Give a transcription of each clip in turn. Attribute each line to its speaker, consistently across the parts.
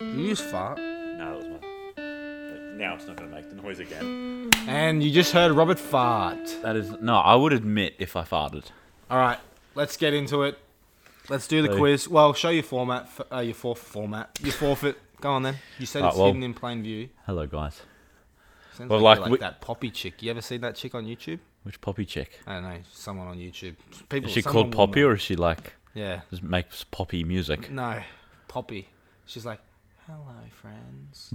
Speaker 1: You just fart.
Speaker 2: No, that was my. but Now it's not going to make the noise again.
Speaker 1: And you just heard Robert fart.
Speaker 2: That is no. I would admit if I farted.
Speaker 1: All right, let's get into it. Let's do the
Speaker 2: Ready?
Speaker 1: quiz. Well, show your format, f- uh, your forfeit format, your forfeit. Go on then. You said
Speaker 2: All right,
Speaker 1: it's
Speaker 2: well-
Speaker 1: hidden in plain view.
Speaker 2: Hello, guys.
Speaker 1: Sounds
Speaker 2: Well,
Speaker 1: like,
Speaker 2: like
Speaker 1: you're like
Speaker 2: we-
Speaker 1: that poppy chick. You ever seen that chick on YouTube?
Speaker 2: Which Poppy chick?
Speaker 1: I don't know. Someone on YouTube. People.
Speaker 2: Is she
Speaker 1: someone
Speaker 2: called Poppy
Speaker 1: will
Speaker 2: or is she like
Speaker 1: know. Yeah.
Speaker 2: just makes poppy music?
Speaker 1: No, Poppy. She's like, "Hello, friends."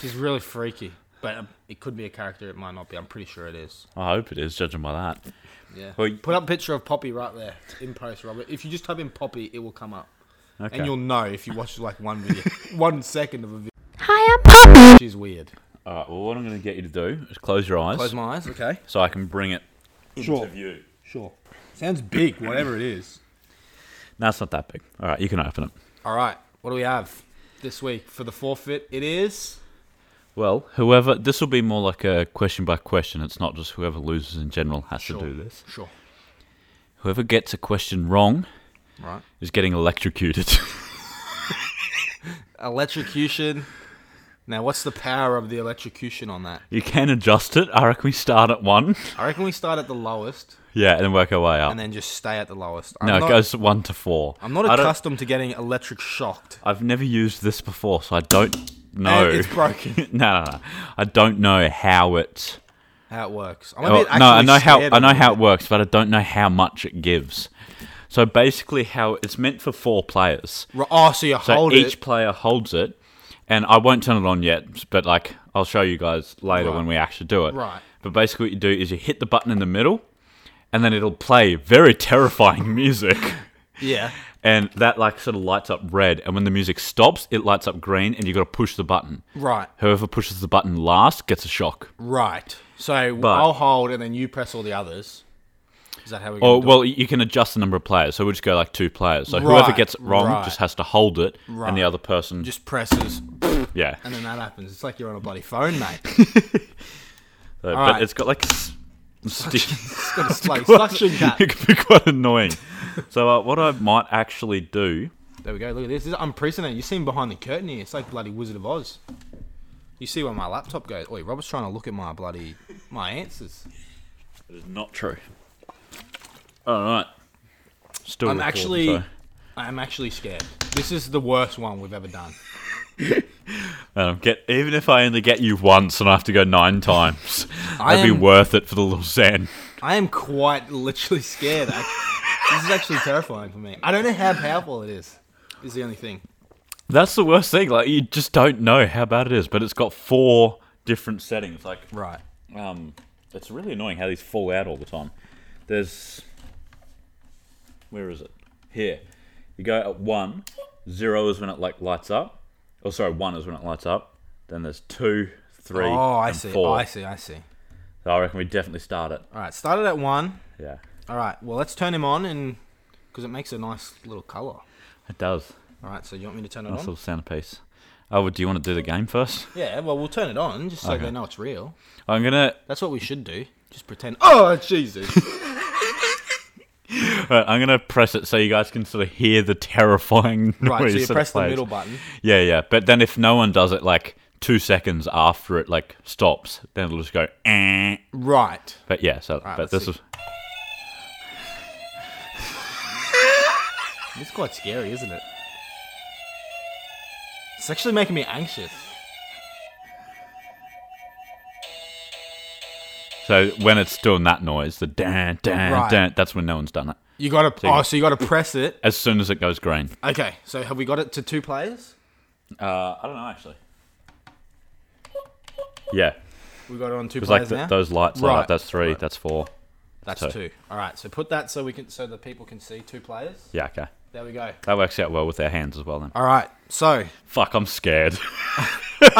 Speaker 1: She's really freaky, but um, it could be a character. It might not be. I'm pretty sure it is.
Speaker 2: I hope it is, judging by that.
Speaker 1: Yeah.
Speaker 2: Well, y-
Speaker 1: Put up a picture of Poppy right there in post, Robert. If you just type in Poppy, it will come up.
Speaker 2: Okay.
Speaker 1: And you'll know if you watch like one video, one second of a video.
Speaker 3: Hi, I'm Poppy.
Speaker 1: She's weird.
Speaker 2: All right. Well, what I'm going to get you to do is close your eyes,
Speaker 1: Close my eyes. Okay.
Speaker 2: so I can bring it.
Speaker 1: Sure.
Speaker 2: Into view.
Speaker 1: Sure. Sounds big, whatever it is.
Speaker 2: No, it's not that big. All right, you can open it.
Speaker 1: All right. What do we have this week for the forfeit? It is.
Speaker 2: Well, whoever this will be more like a question by question. It's not just whoever loses in general has
Speaker 1: Sure.
Speaker 2: to do this.
Speaker 1: Sure.
Speaker 2: Whoever gets a question wrong
Speaker 1: Right.
Speaker 2: is getting electrocuted.
Speaker 1: Electrocution. Now, what's the power of the electrocution on that?
Speaker 2: you can adjust it. I reckon we start at one.
Speaker 1: I reckon we start at the lowest
Speaker 2: Yeah, and then work our way up.
Speaker 1: and then just stay at the lowest. I'm
Speaker 2: no,
Speaker 1: not,
Speaker 2: it goes one to four.
Speaker 1: I'm not
Speaker 2: I don't-
Speaker 1: accustomed to getting electric shocked.
Speaker 2: I've never used this before, so I don't know.
Speaker 1: And it's broken.
Speaker 2: no, no, no. I don't know how it.
Speaker 1: How it works. I'm a
Speaker 2: Well,
Speaker 1: bit
Speaker 2: Oh, no, I
Speaker 1: actually
Speaker 2: know how
Speaker 1: scared
Speaker 2: I
Speaker 1: of
Speaker 2: know
Speaker 1: it.
Speaker 2: how it works, but I don't know how much it gives. So basically, how it's meant for four players.
Speaker 1: Ri- Oh, so you
Speaker 2: So
Speaker 1: hold
Speaker 2: each
Speaker 1: it.
Speaker 2: player holds it, and I won't turn it on yet, but like I'll show you guys later
Speaker 1: Right.
Speaker 2: when we actually do it.
Speaker 1: Right.
Speaker 2: But basically, what you do is you hit the button in the middle, and then it'll play very terrifying music.
Speaker 1: Yeah.
Speaker 2: And that like sort of lights up red, and when the music stops, it lights up green, and you got to push the button.
Speaker 1: Right.
Speaker 2: Whoever pushes the button last gets a shock.
Speaker 1: Right. So
Speaker 2: But-
Speaker 1: I'll hold and then you press all the others. Is that how we?
Speaker 2: Oh well, you can adjust the number of players, so we just go like two players. So whoever
Speaker 1: Right,
Speaker 2: gets it wrong
Speaker 1: right.
Speaker 2: just has to hold it, and
Speaker 1: Right.
Speaker 2: the other person just
Speaker 1: just presses
Speaker 2: yeah.
Speaker 1: and then that happens. It's like you're on a bloody phone, mate.
Speaker 2: So- but
Speaker 1: alright.
Speaker 2: it's got like s- sticky.
Speaker 1: It's got a slow suction cap.
Speaker 2: it can be quite annoying. so uh, what I might actually do,
Speaker 1: There we go. Look at this. This is unprecedented. You've seen behind the curtain here. It's like bloody Wizard of Oz. You see where my laptop goes. Oi, Robert's trying to look at my bloody my answers.
Speaker 2: it is not true. All right. Still,
Speaker 1: I'm
Speaker 2: recording,
Speaker 1: actually,
Speaker 2: so-
Speaker 1: I'm actually scared. This is the worst one we've ever done.
Speaker 2: Um, get even if I only get you once and I have to go nine times,
Speaker 1: I
Speaker 2: that'd
Speaker 1: am-
Speaker 2: be worth it for the little Zen.
Speaker 1: I am quite literally scared. I, this is actually terrifying for me. I don't know how powerful it is. Is the only thing.
Speaker 2: That's the worst thing. Like you just don't know how bad it is, but it's got four different settings. Like
Speaker 1: Right.
Speaker 2: Um, it's really annoying how these fall out all the time. There's, where is it? Here, you go at one. Zero is when it like lights up. Oh, sorry, one is when it lights up. Then there's two, three,
Speaker 1: Oh, I
Speaker 2: and
Speaker 1: see.
Speaker 2: four.
Speaker 1: I see. I see.
Speaker 2: So I reckon we definitely start it.
Speaker 1: All right. Started at one.
Speaker 2: Yeah,
Speaker 1: All right. Well, let's turn him on and because it makes a nice little color.
Speaker 2: it does.
Speaker 1: All right. So you want me to turn it
Speaker 2: Nice
Speaker 1: on?
Speaker 2: little centerpiece. Oh, well, do you want to do the game first?
Speaker 1: Yeah. Well, we'll turn it on just so
Speaker 2: Okay.
Speaker 1: they know it's real.
Speaker 2: I'm gonna.
Speaker 1: That's what we should do. Just pretend. Oh Jesus!
Speaker 2: Right, I'm gonna press it so you guys can sort of hear the terrifying noise.
Speaker 1: right. So you
Speaker 2: that it
Speaker 1: press the
Speaker 2: plays.
Speaker 1: middle button.
Speaker 2: Yeah, yeah. But then if no one does it like two seconds after it like stops, then it'll just go. Eh.
Speaker 1: Right.
Speaker 2: But yeah, so but
Speaker 1: let's
Speaker 2: this
Speaker 1: see.
Speaker 2: is
Speaker 1: It's quite scary, isn't it? It's actually making me anxious.
Speaker 2: so when it's doing that noise, the dan dan
Speaker 1: Right.
Speaker 2: dan. That's when no one's done it.
Speaker 1: You gotta.
Speaker 2: you-
Speaker 1: Oh, so you gotta press it.
Speaker 2: As soon as it goes green.
Speaker 1: Okay, so have we got it to two players?
Speaker 2: Uh, I don't know actually. Yeah,
Speaker 1: We got it on two
Speaker 2: it's
Speaker 1: players
Speaker 2: like
Speaker 1: now.
Speaker 2: th those lights light
Speaker 1: Right.
Speaker 2: up. That's three. That's four.
Speaker 1: That's
Speaker 2: so-
Speaker 1: two. All right, so put that so we can so the people can see two players.
Speaker 2: Yeah, okay.
Speaker 1: There we go.
Speaker 2: That works out well with our hands as well then.
Speaker 1: All right, so
Speaker 2: Fuck, I'm scared.
Speaker 1: I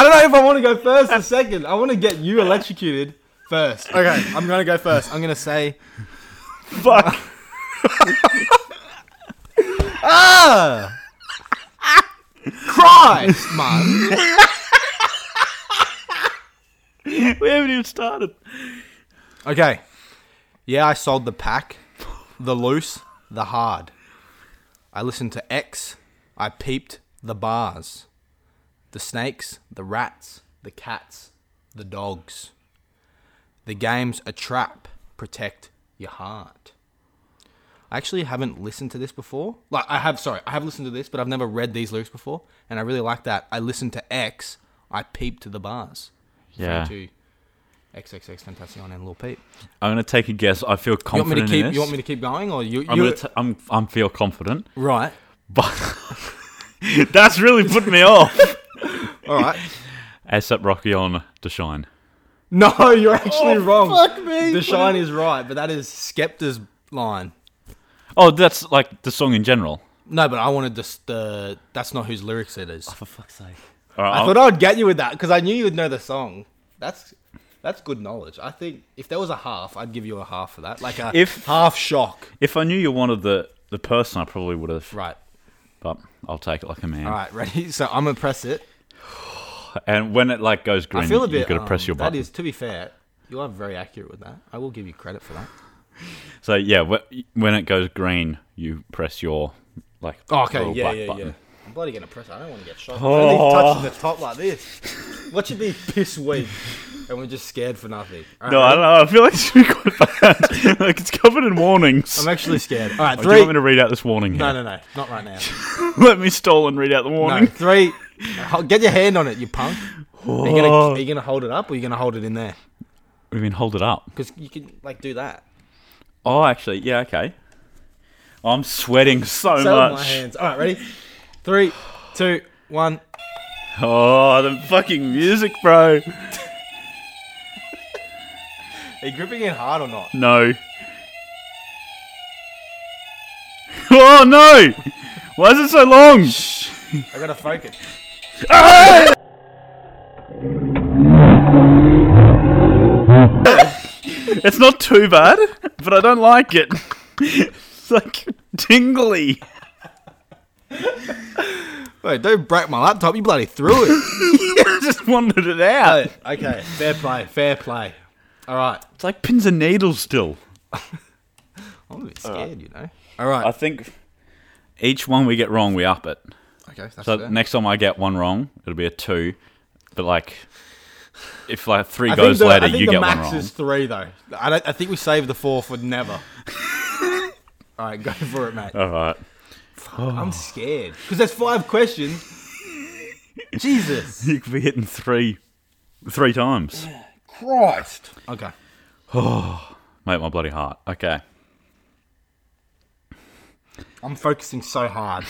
Speaker 1: don't know if I want to go first or second. I want to get you electrocuted first. Okay, I'm gonna go first. I'm gonna say
Speaker 2: Fuck.
Speaker 1: Ah! Christ, man.
Speaker 2: we haven't even started.
Speaker 1: Okay, yeah, I sold the pack, the loose, the hard. I listened to X. I peeped the bars. the snakes, the rats, the cats, the dogs. The game's a trap. Protect your heart. I actually haven't listened to this before. Like I have, sorry, I have listened to this, but I've never read these lyrics before, and I really like that. I listened to X. I peeped to the bars.
Speaker 2: Yeah.
Speaker 1: To XXX Tentacion and Lil Peep.
Speaker 2: I'm gonna take a guess. I feel
Speaker 1: You want me to
Speaker 2: confident
Speaker 1: keep?
Speaker 2: in this.
Speaker 1: You want me to keep going, or you?
Speaker 2: I'm
Speaker 1: you
Speaker 2: gonna. T- I'm. I'm feel confident,
Speaker 1: right.
Speaker 2: but that's really put me off.
Speaker 1: All right.
Speaker 2: ASAP Rocky on to shine.
Speaker 1: No, you're actually wrong.
Speaker 2: fuck me.
Speaker 1: The Shine is right, but that is Skepta's line.
Speaker 2: Oh, that's like the song in general.
Speaker 1: No, but I wanted this, the. That's not whose lyrics it is.
Speaker 2: Oh, For fuck's sake.
Speaker 1: I thought I'd get you with that because I knew you'd know the song. That's that's good knowledge. I think if there was a half, I'd give you a half for that, like a
Speaker 2: If-
Speaker 1: half shock.
Speaker 2: if I knew you wanted the the person, I probably would have.
Speaker 1: Right.
Speaker 2: But I'll take it like a man.
Speaker 1: All right. Ready? So I'm gonna press it.
Speaker 2: And when it like goes green,
Speaker 1: I feel a
Speaker 2: you
Speaker 1: bit.
Speaker 2: gotta
Speaker 1: um,
Speaker 2: press your button.
Speaker 1: That is, to be fair, you are very accurate with that. I will give you credit for that.
Speaker 2: So yeah, wh- when it goes green, you press your like
Speaker 1: Oh, okay,
Speaker 2: little
Speaker 1: yeah,
Speaker 2: black
Speaker 1: yeah,
Speaker 2: button.
Speaker 1: yeah. I'm bloody gonna press. it. I don't want to get shot. Oh.
Speaker 2: Oh.
Speaker 1: touching the top like this. What should be piss weak, and we're just scared for nothing. All
Speaker 2: No, I
Speaker 1: right,
Speaker 2: don't know. I feel like it should be quite bad. like it's covered in warnings.
Speaker 1: I'm actually scared. All right,
Speaker 2: Oh, Do you
Speaker 1: three.
Speaker 2: want me to read out this warning? Here?
Speaker 1: No, no, no, not right now.
Speaker 2: Let me stall and read out the warning.
Speaker 1: No, three. Ho- Get your hand on it, you punk. Are you, gonna,
Speaker 2: Oh.
Speaker 1: are you gonna hold it up, or are you gonna hold it in there?
Speaker 2: We mean hold it up.
Speaker 1: Because you can like do that.
Speaker 2: Oh, actually, yeah, okay. I'm sweating so,
Speaker 1: So my
Speaker 2: much.
Speaker 1: hands. All right, ready? Three, two, one.
Speaker 2: Oh, the fucking music, bro.
Speaker 1: Are you gripping it hard or not?
Speaker 2: No. Oh no! Why is it so long?
Speaker 1: I gotta focus.
Speaker 2: It's not too bad, but I don't like it. It's like tingly.
Speaker 1: Wait, don't break my laptop. You bloody threw it.
Speaker 2: I just wanted it out.
Speaker 1: okay, fair play, fair play. All right.
Speaker 2: It's like pins and needles still.
Speaker 1: I'm a bit scared, you know. All right.
Speaker 2: I think each one we get wrong, we up it.
Speaker 1: okay, that's
Speaker 2: So
Speaker 1: fair.
Speaker 2: next time I get one wrong, it'll be a two. But like, if like three
Speaker 1: I think
Speaker 2: goes
Speaker 1: the-
Speaker 2: later,
Speaker 1: I think
Speaker 2: you
Speaker 1: the
Speaker 2: get one
Speaker 1: max
Speaker 2: wrong.
Speaker 1: is three though. I don't, I think we saved the four for never. All right, go for it, mate.
Speaker 2: All right. Oh.
Speaker 1: I'm scared because there's five questions. Jesus
Speaker 2: You could be hitting three, three times.
Speaker 1: Christ. Okay.
Speaker 2: Mate, my bloody heart. Okay.
Speaker 1: I'm focusing so hard.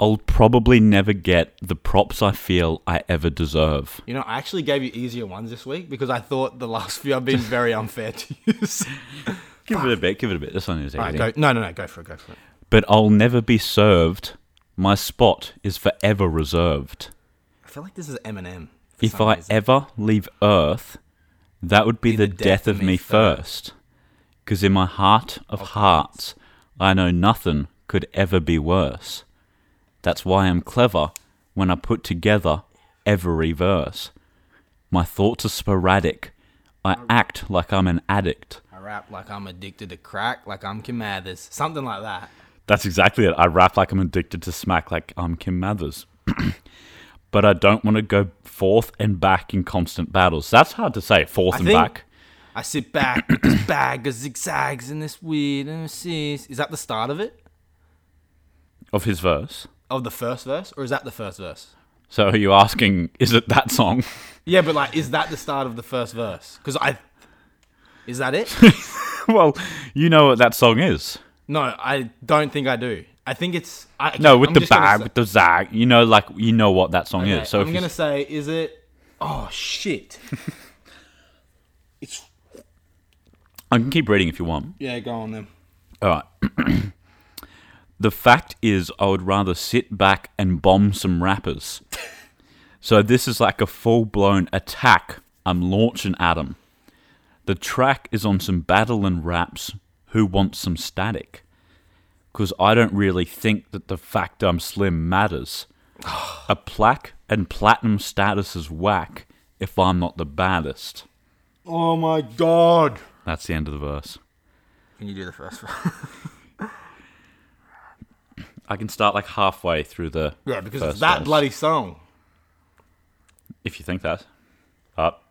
Speaker 2: I'll probably never get the props I feel I ever deserve.
Speaker 1: You know, I actually gave you easier ones this week because I thought the last few I've been very unfair to you.
Speaker 2: Give it a bit, give it a bit. This one is easy.
Speaker 1: All right, go. No, no, no. Go for it. Go for it.
Speaker 2: But I'll never be served. My spot is forever reserved.
Speaker 1: I feel like this is Eminem. for
Speaker 2: If
Speaker 1: some
Speaker 2: I
Speaker 1: reason.
Speaker 2: ever leave Earth, that would be, the, death, of me first. Because in my heart of hearts, I know nothing could ever be worse. That's why I'm clever when I put together every verse. My thoughts are sporadic. I act like I'm an addict.
Speaker 1: I rap like I'm addicted to crack, like I'm Kim Mathers, something like that.
Speaker 2: That's exactly it. I rap like I'm addicted to smack, like I'm Kim Mathers. but I don't want to go forth and back in constant battles. That's hard to say, forth
Speaker 1: I
Speaker 2: and
Speaker 1: think-
Speaker 2: back.
Speaker 1: I sit back with this bag of zigzags and this weird overseas. Is that the start of it?
Speaker 2: of his verse.
Speaker 1: Of the first verse? Or is that the first verse?
Speaker 2: So are you asking, is it that song?
Speaker 1: Yeah, but like, is that the start of the first verse? Because I. Is that it?
Speaker 2: well, you know what that song is.
Speaker 1: no, I don't think I do. I think it's. I,
Speaker 2: No,
Speaker 1: okay,
Speaker 2: with
Speaker 1: I'm
Speaker 2: the
Speaker 1: just gonna
Speaker 2: bag,
Speaker 1: say-
Speaker 2: with the zag. You know, like you know what that song
Speaker 1: okay,
Speaker 2: is. So
Speaker 1: I'm
Speaker 2: if
Speaker 1: going to
Speaker 2: you,
Speaker 1: say, is it. Oh, shit. it's.
Speaker 2: I can keep reading if you want.
Speaker 1: Yeah, go on then.
Speaker 2: All right. the fact is, I would rather sit back and bomb some rappers. so this is like a full blown attack. I'm launching at 'em. The track is on some battle and raps. Who wants some static? Because I don't really think that the fact I'm slim matters. a plaque and platinum status is whack if I'm not the baddest.
Speaker 1: Oh my god.
Speaker 2: That's the end of the verse.
Speaker 1: Can you do the first verse?
Speaker 2: I can start like halfway through the.
Speaker 1: Yeah, because it's
Speaker 2: first
Speaker 1: that
Speaker 2: verse,
Speaker 1: bloody song.
Speaker 2: If you think that. But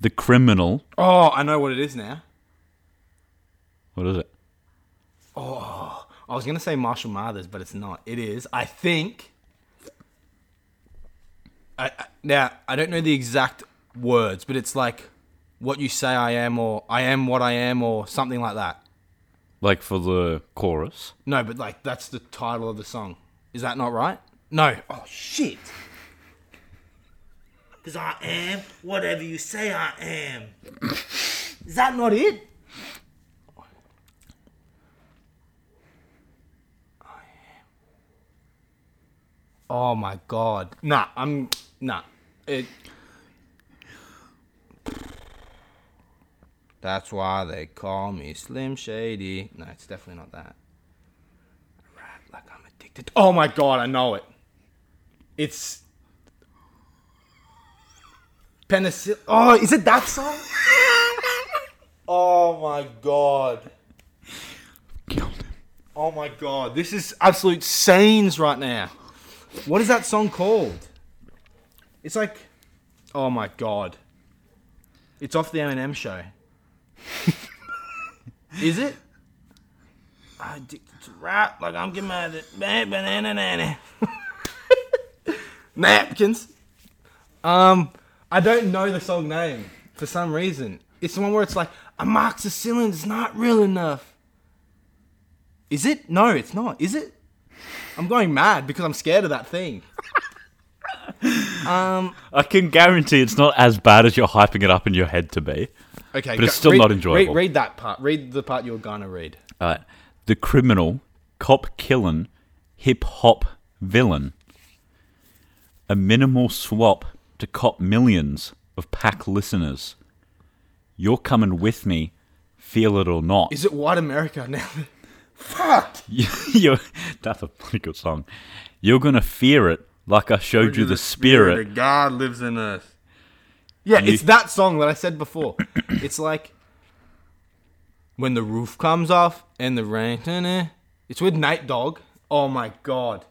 Speaker 2: the criminal.
Speaker 1: Oh, I know what it is now.
Speaker 2: What is it?
Speaker 1: I was gonna say Marshall Mathers, but it's not. It is, I think. I, I, now I don't know the exact words, but it's like what you say I am, or I am what I am, or something like that.
Speaker 2: Like for the chorus.
Speaker 1: No, but like that's the title of the song. Is that not right? No. Oh shit. Because I am whatever you say I am. Is that not it? Oh my god. Nah, I'm. Nah. It. That's why they call me Slim Shady. No, it's definitely not that. Rap like I'm addicted. Oh my god, I know it. It's. Penicillin. Oh, is it that song? oh my god.
Speaker 2: Killed him.
Speaker 1: Oh my god, this is absolute scenes right now. What is that song called? It's like, oh my god, it's off the Eminem show. is it? I addicted to rap, like I'm getting mad at ba- banana nana. napkins. Um, I don't know the song name for some reason. It's the one where it's like amoxicillin's not real enough. Is it? No, it's not. Is it? I'm going mad because I'm scared of that thing.
Speaker 2: I can guarantee it's not as bad as you're hyping it up in your head to be.
Speaker 1: Okay,
Speaker 2: But it's still
Speaker 1: read-
Speaker 2: not enjoyable.
Speaker 1: Read, read that part. Read the part you're gonna read.
Speaker 2: Uh, the criminal, cop killin', hip hop villain. A minimal swap to cop millions of pack listeners. You're coming with me, feel it or not.
Speaker 1: Is it White America now? Fuck.
Speaker 2: You're, that's a pretty good song. You're gonna fear it like I showed you the spirit.
Speaker 1: God lives in us. Yeah,
Speaker 2: You-
Speaker 1: it's that song that I said before. it's like when the roof comes off and the rain. It's with Night Dog. Oh my god.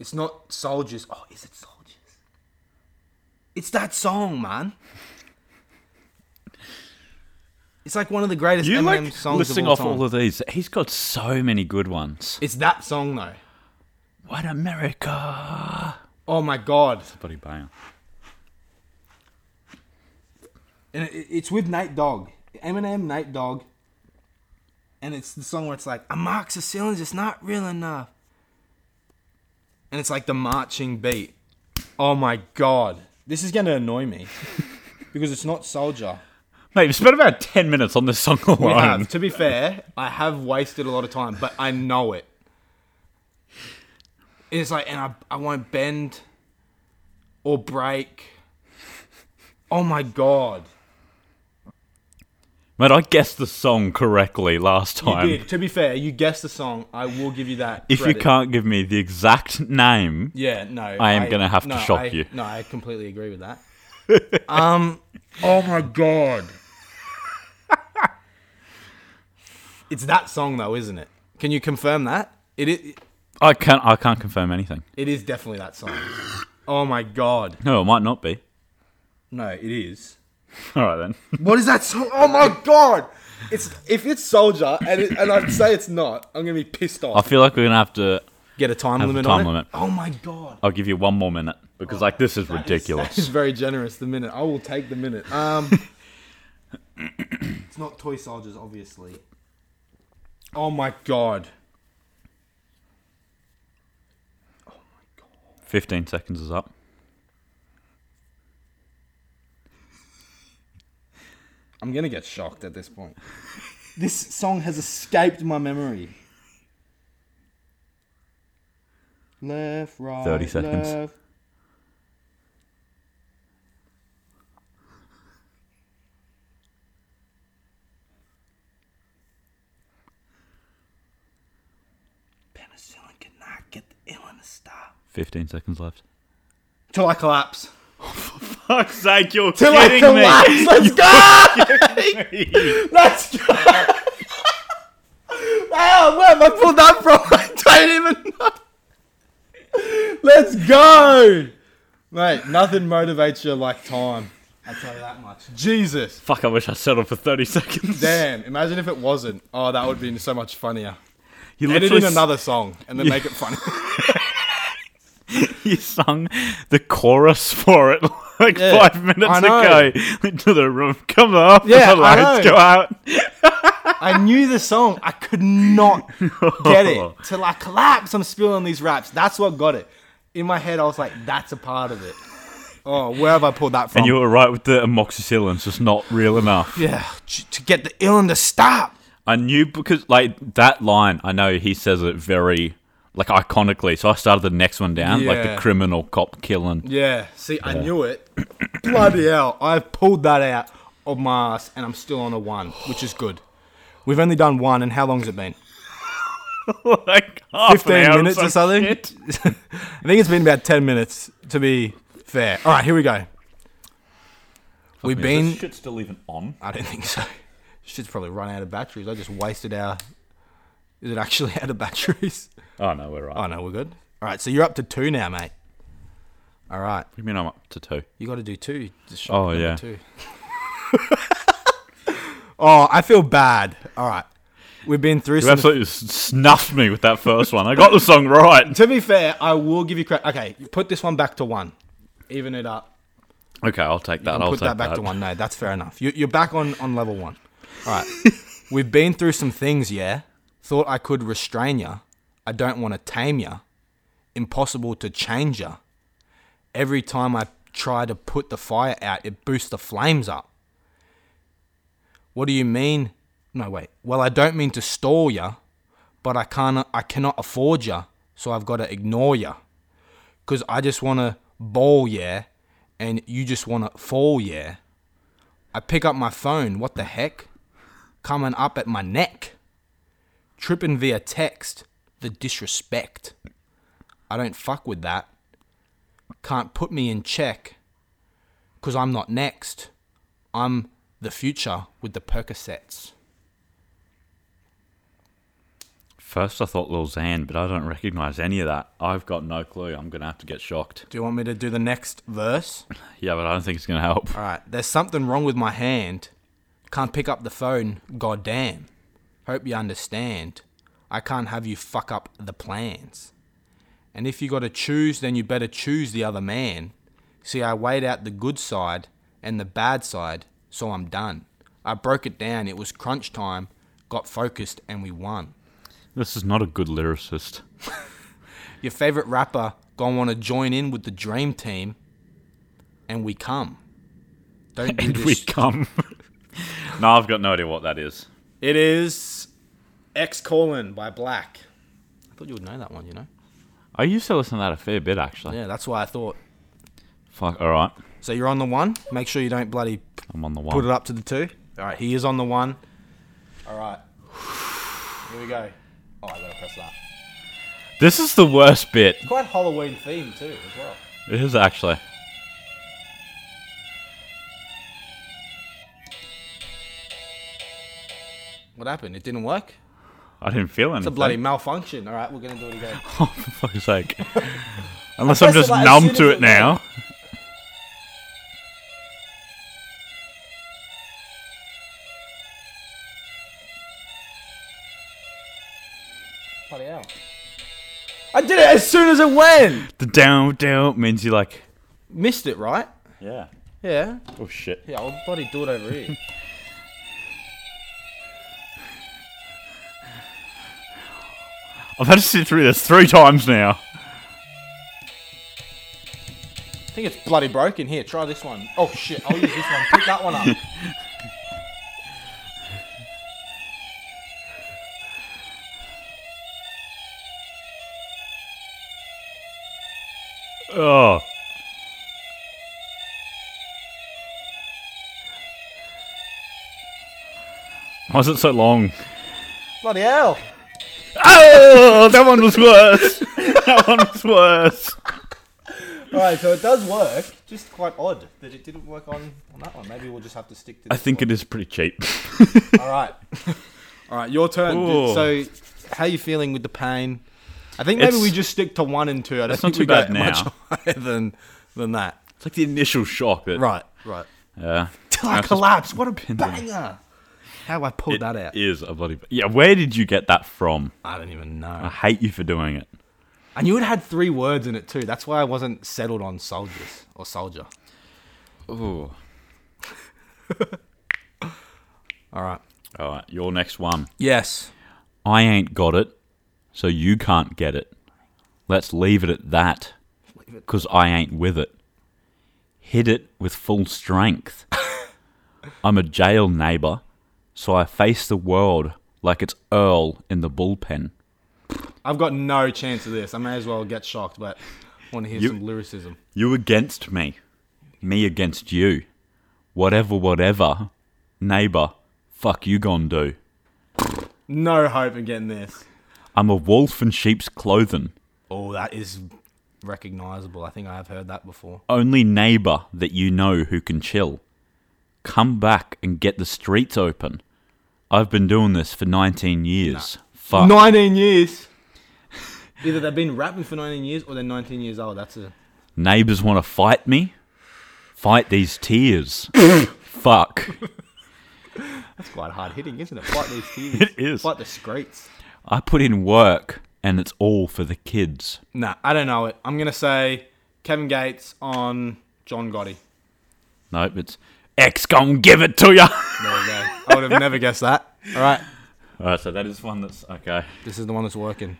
Speaker 1: It's not soldiers. Oh, is it soldiers? It's that song, man. It's like one of the greatest
Speaker 2: You
Speaker 1: Eminem
Speaker 2: like
Speaker 1: songs
Speaker 2: listing
Speaker 1: of all
Speaker 2: off
Speaker 1: time.
Speaker 2: all of these. He's got so many good ones.
Speaker 1: It's that song though.
Speaker 2: What America?
Speaker 1: Oh my god.
Speaker 2: Bloody banger.
Speaker 1: and it, it's with Night Dog, Eminem, Night Dog, and it's the song where it's like amoxicillin's just not real enough, and it's like the marching beat. Oh my god, this is gonna annoy me because it's not Soldier.
Speaker 2: Mate, we spent about 10 minutes on this song
Speaker 1: We
Speaker 2: alone.
Speaker 1: have, to be fair, I have wasted a lot of time, but I know it. It's like, and I, I won't bend or break. Oh my god.
Speaker 2: Mate, I guessed the song correctly last
Speaker 1: You
Speaker 2: time.
Speaker 1: did. To be fair, you guessed the song. I will give you that.
Speaker 2: If you
Speaker 1: credit.
Speaker 2: can't give me the exact name,
Speaker 1: yeah, no,
Speaker 2: I am gonna have to
Speaker 1: no,
Speaker 2: shock
Speaker 1: I-
Speaker 2: you.
Speaker 1: No, I completely agree with that. um, oh my god, it's that song though, isn't it? Can you confirm that? It is.
Speaker 2: I can't. I can't confirm anything.
Speaker 1: It is definitely that song. Oh my god,
Speaker 2: No, it might not be.
Speaker 1: no, it is.
Speaker 2: All right then.
Speaker 1: What is that song? Oh my god, it's if it's Soldier and it, and I say it's not, I'm gonna be pissed
Speaker 2: I
Speaker 1: off.
Speaker 2: feel like we're gonna have to.
Speaker 1: Get a time
Speaker 2: a
Speaker 1: limit
Speaker 2: time
Speaker 1: on
Speaker 2: limit.
Speaker 1: it. Oh my god.
Speaker 2: I'll give you one more minute because like this is
Speaker 1: That is
Speaker 2: ridiculous.
Speaker 1: very generous. The minute I will take the minute. Um, it's not toy soldiers, obviously. Oh my god!
Speaker 2: Fifteen seconds is up.
Speaker 1: I'm gonna get shocked at this point. This song has escaped my memory. Left, right,
Speaker 2: 30 seconds.
Speaker 1: left. Penicillin cannot get the illness to stop.
Speaker 2: Fifteen seconds left.
Speaker 1: Till I collapse.
Speaker 2: Fuck's sake, you're
Speaker 1: Till I collapse. Let's go. Let's go. Wow, where have I pulled that from? I don't even know. Let's go! Mate, nothing motivates you like time. I'll tell you that much. Jesus.
Speaker 2: Fuck, I wish I settled for 30 seconds.
Speaker 1: Damn, imagine if it wasn't. Oh, that would have been so much funnier.
Speaker 2: You
Speaker 1: Edit
Speaker 2: literally
Speaker 1: in
Speaker 2: s-
Speaker 1: another song and then make it funny.
Speaker 2: you sung the chorus for it like
Speaker 1: Yeah,
Speaker 2: five minutes
Speaker 1: I know.
Speaker 2: ago. Into the room, come up,
Speaker 1: Yeah, I
Speaker 2: the lights
Speaker 1: know.
Speaker 2: go out.
Speaker 1: I knew the song. I could not get it till I collapsed. I'm spilling these raps. That's what got it. In my head, I was like, "That's a part of it." Oh, where have I pulled that from?
Speaker 2: And you were right with the amoxicillin's just not real enough.
Speaker 1: yeah, t- to get the illin to stop.
Speaker 2: I knew because like that line, I know he says it very like iconically. So I started the next one down, like the
Speaker 1: Yeah.
Speaker 2: criminal cop killing.
Speaker 1: Yeah, see, I knew it. Bloody hell, I've pulled that out of my ass, and I'm still on a one, which is good. We've only done one, and how long's it been?
Speaker 2: like half an
Speaker 1: 15
Speaker 2: hour
Speaker 1: minutes or
Speaker 2: some
Speaker 1: something?
Speaker 2: shit.
Speaker 1: I think it's been about 10 minutes, to be fair. All right, here we go. We've
Speaker 2: Is
Speaker 1: been
Speaker 2: this shit still even on?
Speaker 1: I don't think so. Shit's probably run out of batteries. I just wasted our. Is it actually out of batteries?
Speaker 2: Oh no, we're right.
Speaker 1: Oh no, we're good. All right, so you're up to two now, mate. All right,
Speaker 2: You mean I'm up to two?
Speaker 1: you got to do two. Just shot
Speaker 2: Oh,
Speaker 1: number
Speaker 2: yeah.
Speaker 1: Two. oh, I feel bad. All right, we've been through
Speaker 2: You
Speaker 1: some.
Speaker 2: absolutely s- snuffed me with that first one. I got the song right.
Speaker 1: to be fair, I will give you credit. Okay, you put this one back to one. Even it up.
Speaker 2: Okay, I'll take that.
Speaker 1: and
Speaker 2: I'll
Speaker 1: put
Speaker 2: take
Speaker 1: that back to one. No, that's fair enough. You, you're back on, on level one. All right. We've been through some things, yeah. Thought I could restrain ya. I don't want to tame ya. Impossible to change ya. Every time I try to put the fire out, it boosts the flames up. What do you mean? No, wait. Well, I don't mean to stall ya, but I can't. I cannot afford ya, so I've got to ignore ya because I just want to bowl, yeah, and you just want to fall, yeah. I pick up my phone, what the heck? Coming up at my neck. Tripping via text, the disrespect. I don't fuck with that. Can't put me in check, because I'm not next. I'm the future with the Percocets.
Speaker 2: First, I thought Lil Xan, but I don't recognize any of that. I've got no clue. I'm gonna have to get shocked.
Speaker 1: Do you want me to do the next verse?
Speaker 2: Yeah, but I don't think it's gonna help.
Speaker 1: All right, there's something wrong with my hand. Can't pick up the phone, goddamn. Hope you understand. I can't have you fuck up the plans. And if you gotta choose, then you better choose the other man. See, I weighed out the good side and the bad side, so I'm done. I broke it down, it was crunch time, got focused, and we won.
Speaker 2: This is not a good lyricist.
Speaker 1: Your favorite rapper gonna wanna join in with the dream team, and we come. Don't do
Speaker 2: And
Speaker 1: this
Speaker 2: we come. no, I've got no idea what that is.
Speaker 1: It is X Colon by Black. I thought you would know that one, you know?
Speaker 2: I used to listen to that a fair bit, actually.
Speaker 1: Yeah, that's why I thought.
Speaker 2: Fuck. All right,
Speaker 1: So you're on the one. Make sure you don't bloody p-
Speaker 2: I'm on the
Speaker 1: put it
Speaker 2: one.
Speaker 1: up to the two. All right, he is on the one. All right. Here we go. Oh, I gotta press that.
Speaker 2: This is the worst bit.
Speaker 1: Quite Halloween themed too, as well.
Speaker 2: It is actually.
Speaker 1: What happened? It didn't work?
Speaker 2: I didn't feel anything.
Speaker 1: It's a bloody malfunction. All right, we're gonna do it again.
Speaker 2: Oh, for fuck's sake. Unless I'm
Speaker 1: pressed it
Speaker 2: just
Speaker 1: like as
Speaker 2: numb
Speaker 1: soon
Speaker 2: to
Speaker 1: as
Speaker 2: it
Speaker 1: it-
Speaker 2: now.
Speaker 1: Bloody hell. I did it as soon as it went!
Speaker 2: The down down means you like.
Speaker 1: Missed it, right?
Speaker 2: Yeah.
Speaker 1: Yeah.
Speaker 2: Oh shit.
Speaker 1: Yeah, I'll bloody do it over here.
Speaker 2: I've had to sit through this three times now.
Speaker 1: I think it's bloody broken. Here, try this one. Oh shit, I'll use this one. Pick that one up.
Speaker 2: Oh. Why is it so long?
Speaker 1: Bloody hell.
Speaker 2: Oh, that one was worse. that one was worse.
Speaker 1: Alright, so it does work. Just quite odd that it didn't work on, on that one. Maybe we'll just have to stick to
Speaker 2: I
Speaker 1: this
Speaker 2: think it is pretty cheap.
Speaker 1: Alright. Alright, your turn.
Speaker 2: Ooh.
Speaker 1: So, how you feeling with the pain? I think maybe
Speaker 2: It's-
Speaker 1: we just stick to one and two. I don't
Speaker 2: That's
Speaker 1: think
Speaker 2: not
Speaker 1: we
Speaker 2: too bad
Speaker 1: go
Speaker 2: now.
Speaker 1: much higher than than that.
Speaker 2: It's like the initial shock that
Speaker 1: Right, right.
Speaker 2: Yeah.
Speaker 1: Till I collapse. What a banger! How I pulled that out.
Speaker 2: Is a bloody yeah. Where did you get that from?
Speaker 1: I don't even
Speaker 2: I
Speaker 1: know.
Speaker 2: hate you for doing it.
Speaker 1: I knew it had three words in it too. That's why I wasn't settled on soldiers or soldier.
Speaker 2: Ooh.
Speaker 1: All right.
Speaker 2: All right, your next one.
Speaker 1: Yes.
Speaker 2: I ain't got it, so you can't get it. Let's leave it at that, because I ain't with it. Hit it with full strength. I'm a jail neighbour, so I face the world like it's Earl in the bullpen.
Speaker 1: I've got no chance of this. I may as well get shocked, but I want to hear
Speaker 2: You-
Speaker 1: some lyricism.
Speaker 2: You against me, me against you. Whatever, whatever, neighbour, fuck you gon' do.
Speaker 1: No hope in getting this.
Speaker 2: I'm a wolf in sheep's clothing.
Speaker 1: Oh, that is recognizable. I think I have heard that before.
Speaker 2: only neighbour that you know who can chill. Come back and get the streets open. I've been doing this for 19 years. Fuck.
Speaker 1: 19 years. Either they've been rapping for 19 years or they're 19 years old. That's a.
Speaker 2: Neighbours want to fight me? Fight these tears. Fuck.
Speaker 1: That's quite hard hitting, isn't it? Fight these tears.
Speaker 2: It is.
Speaker 1: Fight the streets.
Speaker 2: I put in work and it's all for the kids.
Speaker 1: Nah, I don't know it. I'm going to say Kevin Gates on John Gotti.
Speaker 2: Nope, it's X gon' give it to ya.
Speaker 1: There we go. I would have never guessed that. All right.
Speaker 2: Alright, so that is one that's okay.
Speaker 1: This is the one that's working.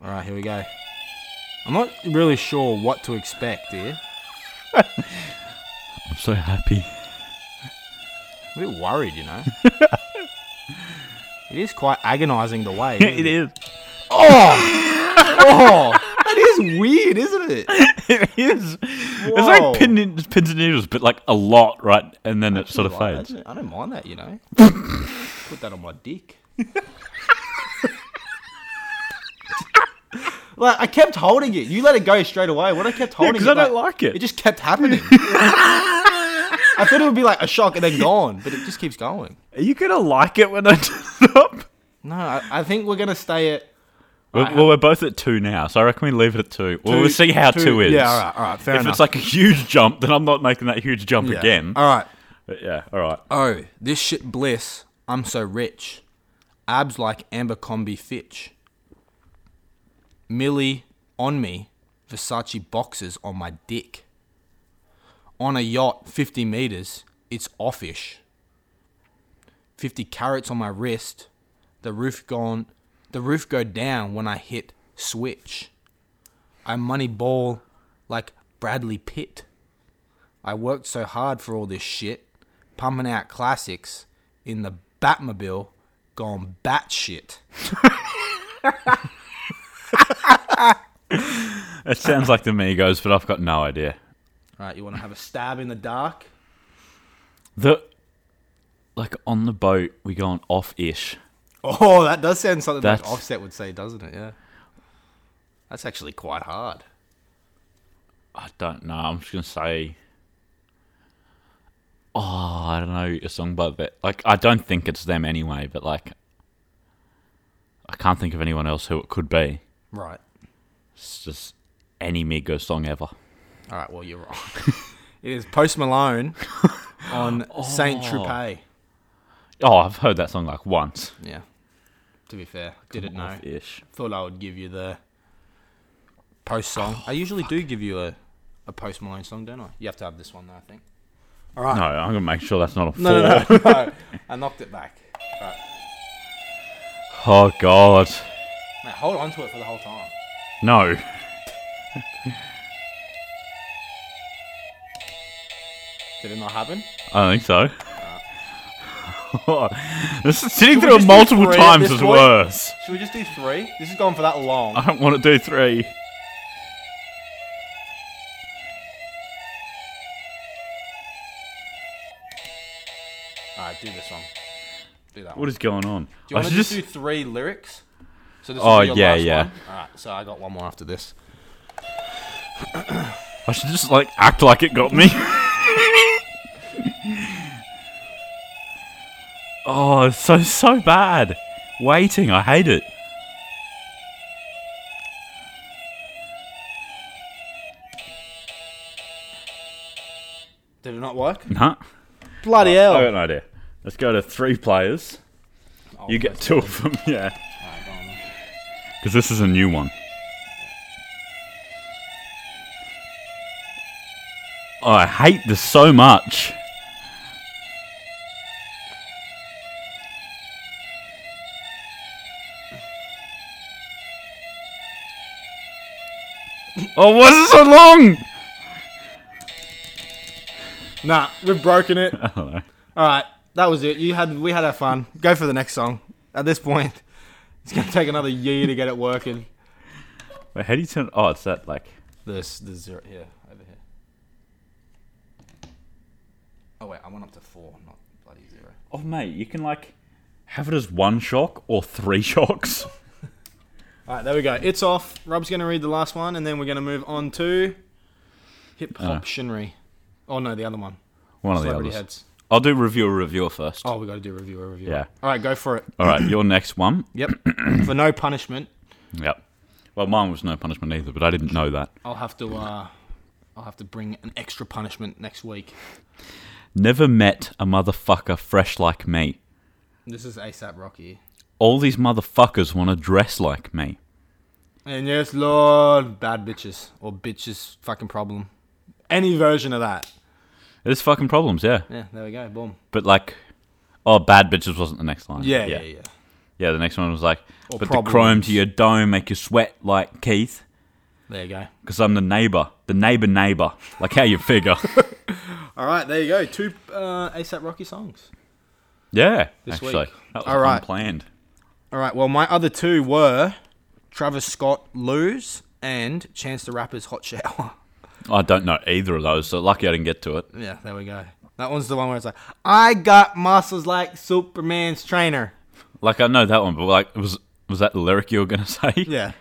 Speaker 1: All right, here we go. I'm not really sure what to expect here.
Speaker 2: I'm so happy.
Speaker 1: I'm a bit worried, you know. it is quite agonizing the way.
Speaker 2: It is.
Speaker 1: Oh, that is weird, isn't it?
Speaker 2: It is. It's
Speaker 1: Whoa.
Speaker 2: like pin, pins and needles, but like a lot, right? And then it sort of
Speaker 1: Like,
Speaker 2: fades.
Speaker 1: I don't- I don't mind that, you know. Put that on my dick. like I kept holding it. You let it go straight away. When I kept holding it,
Speaker 2: 'cause I don't like it.
Speaker 1: It just kept happening. I thought it would be like a shock and then gone, but it just keeps going.
Speaker 2: Are you gonna like it when I turn it up?
Speaker 1: No, I, I think we're gonna stay at
Speaker 2: Well, well, we're both at two now, so I reckon we leave it at two. Well, we'll see how two, is.
Speaker 1: Yeah, all right, all right, fair
Speaker 2: If
Speaker 1: enough.
Speaker 2: it's like a huge jump, then I'm not making that huge jump
Speaker 1: Yeah.
Speaker 2: again.
Speaker 1: All right.
Speaker 2: But yeah, all right.
Speaker 1: Oh, this shit bliss. I'm so rich. Abs like Abercrombie Fitch. Millie on me. Versace boxes on my dick. On a yacht 50 meters, it's offish. 50 carats on my wrist. The roof gone. The roof go down when I hit switch. I money ball like Bradley Pitt. I worked so hard for all this shit, pumping out classics in the Batmobile, gone batshit.
Speaker 2: It sounds like the Migos, but I've got no idea.
Speaker 1: All right, you want to have a stab in the dark?
Speaker 2: The like on the boat, we go on off ish.
Speaker 1: Oh, that does sound something that
Speaker 2: That's-
Speaker 1: Offset would say, doesn't it? Yeah. That's actually quite hard.
Speaker 2: I don't know. I'm just gonna say. Oh, I don't know a song by that. Like, I don't think it's them anyway. But like, I can't think of anyone else who it could be.
Speaker 1: Right.
Speaker 2: It's just any Migos song ever.
Speaker 1: All right, well, you're wrong. it is Post Malone on Saint Tropez.
Speaker 2: Oh, I've heard that song like once.
Speaker 1: Yeah. To be fair, didn't know.
Speaker 2: Ish.
Speaker 1: Thought I would give you the post song. I usually do give you a, a Post Malone song, don't I? You have to have this one, though, I think.
Speaker 2: No, I'm gonna make sure that's not a
Speaker 1: No,
Speaker 2: four.
Speaker 1: no, no, no. I knocked it back. Right.
Speaker 2: Oh God,
Speaker 1: Mate, hold on to it for the whole time.
Speaker 2: no.
Speaker 1: Did it not happen?
Speaker 2: I don't think so.
Speaker 1: Uh.
Speaker 2: this is sitting
Speaker 1: Should we
Speaker 2: through
Speaker 1: just do
Speaker 2: it multiple
Speaker 1: three at
Speaker 2: times
Speaker 1: this
Speaker 2: is
Speaker 1: point?
Speaker 2: worse.
Speaker 1: Should we just do three? This is going for that long.
Speaker 2: I don't want to do three.
Speaker 1: Alright, do this one. Do that one.
Speaker 2: What is going on?
Speaker 1: Do you
Speaker 2: I
Speaker 1: want to
Speaker 2: should
Speaker 1: just
Speaker 2: just
Speaker 1: do three lyrics? So this
Speaker 2: Oh,
Speaker 1: will be your
Speaker 2: yeah,
Speaker 1: last
Speaker 2: yeah.
Speaker 1: one. Alright, so I got one more after this.
Speaker 2: I should just like act like it got me. oh, it's so so bad. Waiting, I hate it.
Speaker 1: Did it not work?
Speaker 2: Nah.
Speaker 1: Bloody
Speaker 2: I
Speaker 1: hell.
Speaker 2: got an idea. Let's go to three players.
Speaker 1: Oh,
Speaker 2: You get
Speaker 1: that's-
Speaker 2: two of them, yeah.
Speaker 1: Alright, go on then.
Speaker 2: Because this is a new one. Oh, I hate this so much. Oh, why is it so long?
Speaker 1: Nah, we've broken it.
Speaker 2: I don't know.
Speaker 1: All right, that was it. You had we had our fun. Go for the next song. At this point, it's gonna take another year to get it working.
Speaker 2: Wait, how do you turn? Oh, it's that like.
Speaker 1: This the zero here over here. Oh wait, I went up to four, not bloody zero.
Speaker 2: Oh, mate, you can like have it as one shock or three shocks.
Speaker 1: All right, there we go. It's off. Rob's gonna read the last one, and then we're gonna move on to hip hop shinry. Oh no, the other one.
Speaker 2: One of Uh. Oh, the
Speaker 1: Celebrity
Speaker 2: others.
Speaker 1: heads.
Speaker 2: I'll do reviewer reviewer first.
Speaker 1: Oh, we got to do reviewer reviewer.
Speaker 2: Yeah.
Speaker 1: All right, go for it.
Speaker 2: All right, your next one.
Speaker 1: Yep. for no punishment,
Speaker 2: Yep. Well, mine was no punishment either, but I didn't know that.
Speaker 1: I'll have to. Uh, I'll have to bring an extra punishment next week.
Speaker 2: Never met a motherfucker fresh like me.
Speaker 1: This is ASAP Rocky.
Speaker 2: All these motherfuckers want to dress like me.
Speaker 1: And yes, Lord, bad bitches or bitches fucking problem. Any version of that.
Speaker 2: It is fucking problems, yeah.
Speaker 1: Yeah, there we go. Boom.
Speaker 2: But like, oh, bad bitches wasn't the next line.
Speaker 1: Yeah, yeah,
Speaker 2: yeah.
Speaker 1: yeah.
Speaker 2: Yeah, the next one was like,
Speaker 1: Or
Speaker 2: but the
Speaker 1: problems.
Speaker 2: chrome to your dome make you sweat like Keith,
Speaker 1: There you go.
Speaker 2: because I'm the neighbor, the neighbor neighbor, like how you figure.
Speaker 1: All right, there you go. Two uh, ASAP Rocky songs.
Speaker 2: yeah,
Speaker 1: This
Speaker 2: actually,
Speaker 1: week.
Speaker 2: that was
Speaker 1: All right.
Speaker 2: unplanned.
Speaker 1: All right, well, my other two were Travis Scott Lose and Chance the Rapper's Hot Shower.
Speaker 2: I don't know either of those, so lucky I didn't get to it.
Speaker 1: Yeah, there we go. That one's the one where it's like, I got muscles like Superman's trainer.
Speaker 2: Like I know that one, but like was was that the lyric you were gonna say?
Speaker 1: Yeah.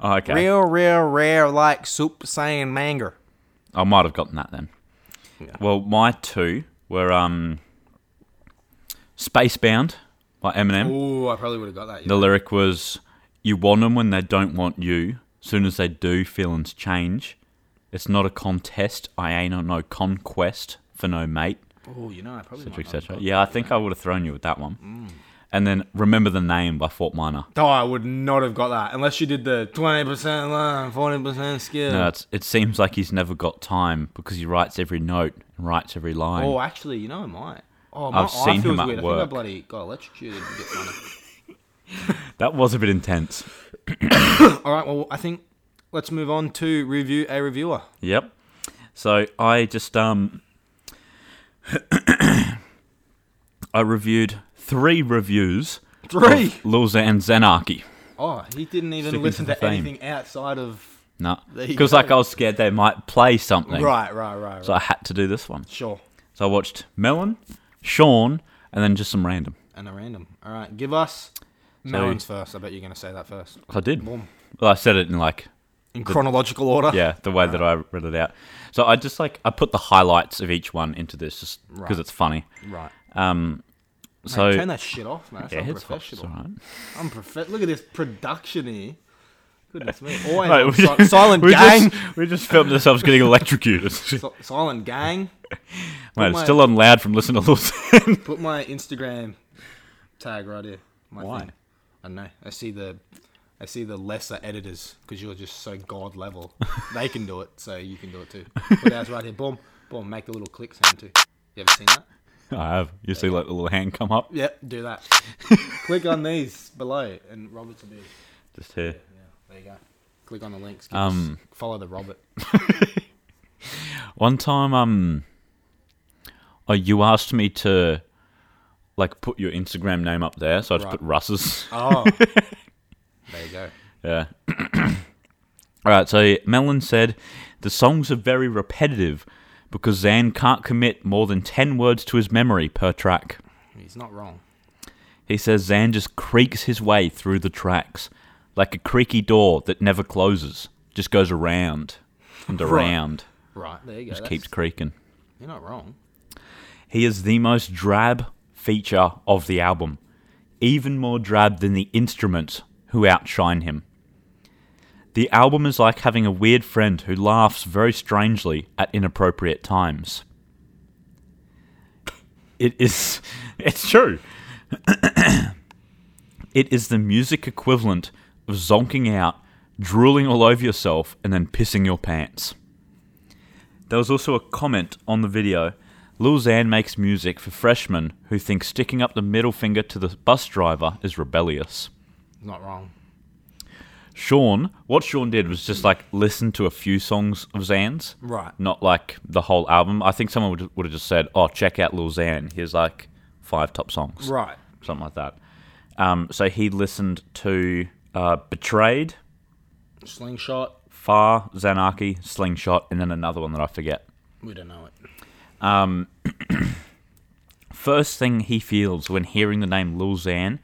Speaker 2: Oh, okay.
Speaker 1: Real, real, rare like Super Saiyan Manger.
Speaker 2: I might have gotten that then.
Speaker 1: Yeah.
Speaker 2: Well, my two were um Spacebound by Eminem.
Speaker 1: Ooh, I probably would have got that.
Speaker 2: The lyric was You want 'em when they don't want you. Soon as they do, feelings change. It's not a contest. I ain't on no conquest for no mate,
Speaker 1: Oh, you know, Oh, I Mm. probably
Speaker 2: etc. etc. Yeah, I think I would have thrown you with that one. And then Remember the Name by Fort Minor.
Speaker 1: Oh, I would not have got that unless you did the twenty percent line, forty percent skill.
Speaker 2: No, it's, it seems like he's never got time because he writes every note and writes every line.
Speaker 1: oh, actually, you know, I might. Oh, my
Speaker 2: I've seen
Speaker 1: eye feels
Speaker 2: him at
Speaker 1: weird. I think I
Speaker 2: work.
Speaker 1: bloody got electrocuted. to get money.
Speaker 2: That was a bit intense.
Speaker 1: All right, well, I think let's move on to review a reviewer.
Speaker 2: Yep. So I just um I reviewed three reviews
Speaker 1: Three.
Speaker 2: of Lil Xan Zanarchy.
Speaker 1: Oh, he didn't even
Speaker 2: Sticking
Speaker 1: listen
Speaker 2: to
Speaker 1: to,
Speaker 2: the theme.
Speaker 1: anything outside of.
Speaker 2: No.
Speaker 1: There you
Speaker 2: Because
Speaker 1: go.
Speaker 2: like I was scared they might play something.
Speaker 1: Right, right, right, right.
Speaker 2: So I had to do this one.
Speaker 1: sure,
Speaker 2: So I watched Melon, Sean, and then just some random.
Speaker 1: and a random. All right, give us melons first. I bet you're going to say that first.
Speaker 2: I did. Well
Speaker 1: Boom.
Speaker 2: I said it in like
Speaker 1: In chronological order.
Speaker 2: yeah, the way that I read it out. So I just like I put the highlights of each one into this just because
Speaker 1: Right.
Speaker 2: it's funny.
Speaker 1: Right.
Speaker 2: Um so
Speaker 1: So turn that shit off, man. That's
Speaker 2: yeah, it's, it's
Speaker 1: unprofessional.
Speaker 2: all right.
Speaker 1: I'm prof- Look at this production here. Goodness me. Always
Speaker 2: Mate,
Speaker 1: on
Speaker 2: we-
Speaker 1: si- silent
Speaker 2: we
Speaker 1: gang.
Speaker 2: Just, we just filmed ourselves getting electrocuted.
Speaker 1: Si- silent gang.
Speaker 2: Mate, it's
Speaker 1: my-
Speaker 2: still on loud from listening to Lewis.
Speaker 1: Put my Instagram tag right here. My
Speaker 2: Why?
Speaker 1: thing. I don't know. I see the. I see the lesser editors because you're just so god level. they can do it, so you can do it too. But that's right here. Boom, boom. Make the little click sound too. You ever seen that?
Speaker 2: I have. You see, like the little hand come up
Speaker 1: Yep, do that. click on these below, and Robert's will be.
Speaker 2: just here.
Speaker 1: Yeah, there you go. Click on the links. give us-
Speaker 2: Um,
Speaker 1: follow the Robert.
Speaker 2: one time, um, oh, you asked me to like put your Instagram name up there, so I just
Speaker 1: Right.
Speaker 2: put Russ's.
Speaker 1: Oh, there you go.
Speaker 2: Yeah. All right. So Melon said the songs are very repetitive because Zan can't commit more than ten words to his memory per track.
Speaker 1: He's not wrong.
Speaker 2: He says Zan just creaks his way through the tracks, like a creaky door that never closes, just goes around and around,
Speaker 1: Right, there you go.
Speaker 2: just
Speaker 1: That's-
Speaker 2: keeps creaking.
Speaker 1: You're not wrong.
Speaker 2: He is the most drab feature of the album, even more drab than the instruments who outshine him. The album is like having a weird friend who laughs very strangely at inappropriate times. It is. It's true. it is the music equivalent of zonking out, drooling all over yourself, and then pissing your pants. There was also a comment on the video. Lil Xan makes music for freshmen who think sticking up the middle finger to the bus driver is rebellious.
Speaker 1: Not wrong.
Speaker 2: Sean, what Sean did was just like listen to a few songs of Zan's,
Speaker 1: Right.
Speaker 2: not like the whole album. I think someone would, would have just said, "Oh, check out Lil Xan. Here's like five top songs,
Speaker 1: Right.
Speaker 2: something like that." Um, so he listened to uh, "Betrayed,"
Speaker 1: Slingshot.
Speaker 2: "Far," "Zanaki," "Slingshot," and then another one that I forget.
Speaker 1: We don't know it.
Speaker 2: First thing he feels when hearing the name Lil Xan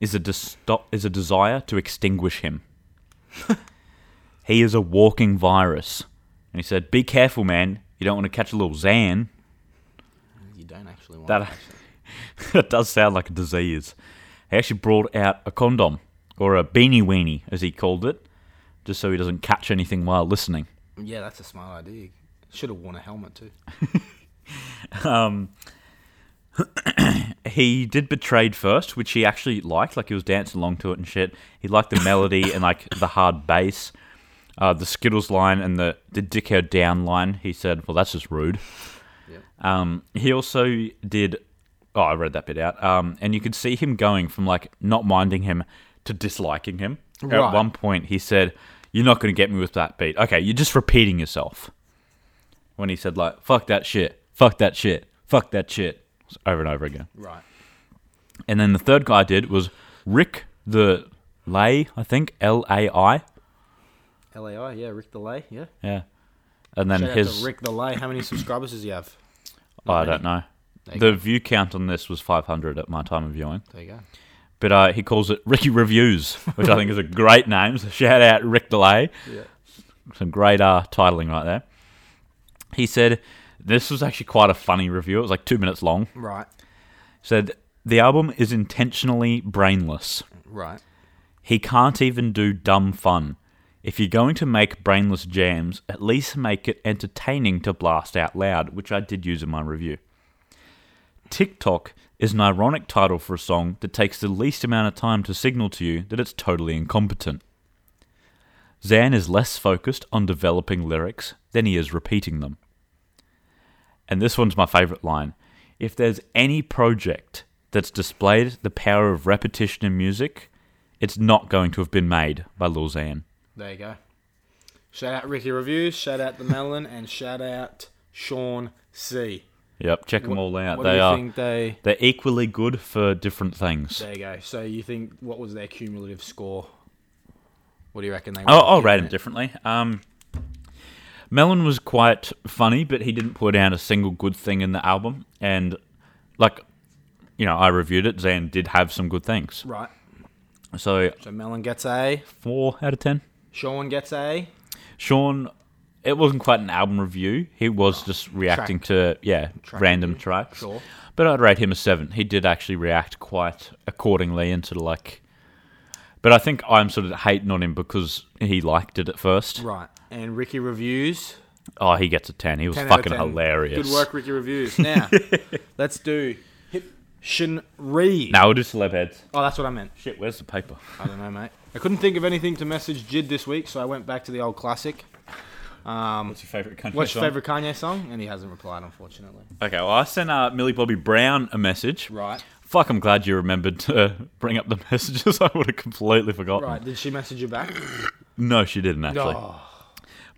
Speaker 2: is a dis- is a desire to extinguish him. he is a walking virus, and he said, "Be careful, man. You don't want to catch a Lil Xan."
Speaker 1: You don't actually want
Speaker 2: That that does sound like a disease. He actually brought out a condom or a beanie weenie, as he called it, just so he doesn't catch anything while listening.
Speaker 1: Yeah, that's a smart idea. Should have worn a helmet too.
Speaker 2: he did Betrayed first, which he actually liked. Like he was dancing along to it and shit. He liked the melody and like the hard bass, uh, the Skittles line and the the dickhead down line. He said, "Well, that's just rude."
Speaker 1: Yep.
Speaker 2: Um, he also did. Oh, I read that bit out. Um, and you could see him going from like not minding him to disliking him. At
Speaker 1: Right.
Speaker 2: one point, he said, "You're not going to get me with that beat." Okay, you're just repeating yourself. When he said like, "Fuck that shit," "Fuck that shit," "Fuck that shit," over and over again.
Speaker 1: Right.
Speaker 2: And then the third guy I did was Rick the Lay, I think L A I.
Speaker 1: LAI, yeah, Rick Delay, yeah.
Speaker 2: Yeah. And then
Speaker 1: Shout out
Speaker 2: his
Speaker 1: to Rick Delay. How many subscribers does he have?
Speaker 2: I don't know.
Speaker 1: There you
Speaker 2: The view count on this was 500 at my time of viewing,
Speaker 1: There you go.
Speaker 2: but uh, he calls it Ricky Reviews, which I think is a great name. So shout out Rick Delay.
Speaker 1: Yeah.
Speaker 2: Some great uh, titling right there. He said this was actually quite a funny review. It was like two minutes long.
Speaker 1: Right.
Speaker 2: Said the album is intentionally brainless.
Speaker 1: Right.
Speaker 2: He can't even do dumb fun. If you're going to make brainless jams, at least make it entertaining to blast out loud, which I did use in my review. TikTok is an ironic title for a song that takes the least amount of time to signal to you that it's totally incompetent. Zan is less focused on developing lyrics than he is repeating them. And this one's my favorite line. If there's any project that's displayed the power of repetition in music, it's not going to have been made by Lil Xan.
Speaker 1: There you go. Shout out Ricky Reviews, shout out The Melon, and shout out Sean C.
Speaker 2: Yep, check them all out.
Speaker 1: What do
Speaker 2: They
Speaker 1: you
Speaker 2: are
Speaker 1: think they
Speaker 2: they're equally good for different things.
Speaker 1: There you go. So you think what was their cumulative score? What do you reckon they
Speaker 2: I'll, I'll
Speaker 1: would've
Speaker 2: rate
Speaker 1: given
Speaker 2: him differently. Um, Melon was quite funny, but he didn't put out a single good thing in the album. And like, you know, I reviewed it. Xan did have some good things.
Speaker 1: it? Right.
Speaker 2: So
Speaker 1: So Melon gets A,
Speaker 2: four out of ten.
Speaker 1: Sean gets A.
Speaker 2: Sean, it wasn't quite an album review. He was just reacting to yeah random
Speaker 1: Oh, review,
Speaker 2: tracks.
Speaker 1: sure.
Speaker 2: But I'd rate him a seven. He did actually react quite accordingly and sort of like. But I think I'm sort of hating on him because he liked it at first.
Speaker 1: Right. And Ricky Reviews
Speaker 2: Oh, he gets a ten. He was
Speaker 1: 10 out of
Speaker 2: fucking
Speaker 1: 10.
Speaker 2: hilarious.
Speaker 1: Good work, Ricky Reviews. Now, let's do Hip Shinri.
Speaker 2: Now we'll do celeb heads.
Speaker 1: Oh, that's what I meant.
Speaker 2: Shit, where's the paper?
Speaker 1: I don't know, mate. I couldn't think of anything to message Jid this week, so I went back to the old classic. Um,
Speaker 2: What's your favorite country
Speaker 1: What's your favourite Kanye song? And he hasn't replied, unfortunately.
Speaker 2: Okay, well, I sent uh, Millie Bobby Brown a message.
Speaker 1: Right.
Speaker 2: Fuck, I'm glad you remembered to bring up the messages. I would have completely forgotten.
Speaker 1: Right. Did she message you back?
Speaker 2: No, she didn't actually.
Speaker 1: Oh,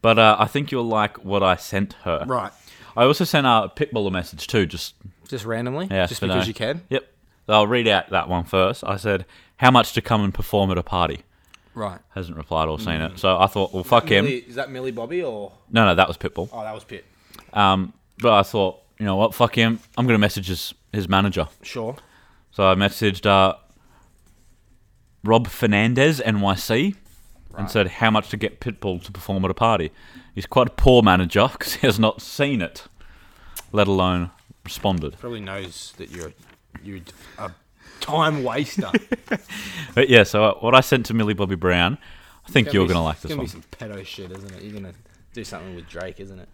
Speaker 2: But uh, I think you'll like what I sent her.
Speaker 1: right.
Speaker 2: I also sent uh, Pitbull a message too, just
Speaker 1: Just randomly?
Speaker 2: yeah,
Speaker 1: just
Speaker 2: for
Speaker 1: because
Speaker 2: now.
Speaker 1: you can?
Speaker 2: Yep. So I'll read out that one first. I said, "How much to come and perform at a party?"
Speaker 1: Right.
Speaker 2: Hasn't replied or seen it. So I thought, well, fuck him.
Speaker 1: Millie- is that Millie Bobby or?
Speaker 2: No, no, that was Pitbull.
Speaker 1: Oh, that was Pitt.
Speaker 2: Um, but I thought, you know what, fuck him. I'm gonna message his his manager.
Speaker 1: Sure.
Speaker 2: So I messaged uh, Rob Fernandez NYC and said how much to get Pitbull to perform at a party. He's quite a poor manager because he has not seen it, let alone responded.
Speaker 1: Probably knows that you're you're a time waster.
Speaker 2: But yeah, so uh, what I sent to Millie Bobby Brown, I think you're gonna like
Speaker 1: It's
Speaker 2: this
Speaker 1: gonna
Speaker 2: one.
Speaker 1: be some pedo shit, isn't it? You're gonna do something with Drake, isn't it?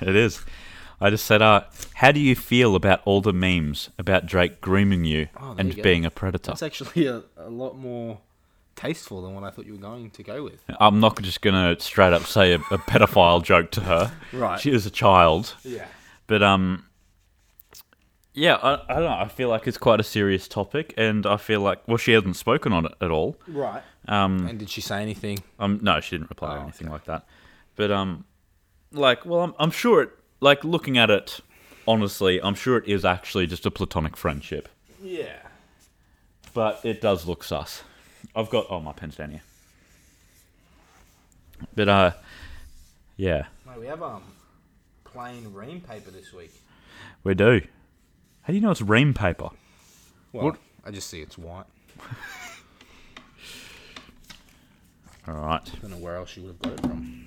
Speaker 2: It is. I just said, uh, how do you feel about all the memes about Drake grooming you
Speaker 1: Oh, there
Speaker 2: and
Speaker 1: you go.
Speaker 2: being a predator?
Speaker 1: That's actually a, a lot more tasteful than what I thought you were going to go with.
Speaker 2: I'm not just gonna straight up say a, a pedophile joke to her.
Speaker 1: Right.
Speaker 2: She is a child.
Speaker 1: Yeah.
Speaker 2: But um, yeah, I, I don't know. I feel like it's quite a serious topic, and I feel like well, she hasn't spoken on it at all.
Speaker 1: Right.
Speaker 2: Um,
Speaker 1: And did she say anything?
Speaker 2: um no, she didn't reply or
Speaker 1: Oh,
Speaker 2: anything like that. But um, like, well, I'm I'm sure it. Like looking at it, honestly, I'm sure it is actually just a platonic friendship.
Speaker 1: Yeah.
Speaker 2: But it does look sus. I've got oh my pen's down here. But uh, yeah,
Speaker 1: No, we have um plain ream paper this week.
Speaker 2: we do. How do you know it's ream paper?
Speaker 1: Well,
Speaker 2: What?
Speaker 1: I just see it's white.
Speaker 2: All right.
Speaker 1: Don't know where else you would have got it from.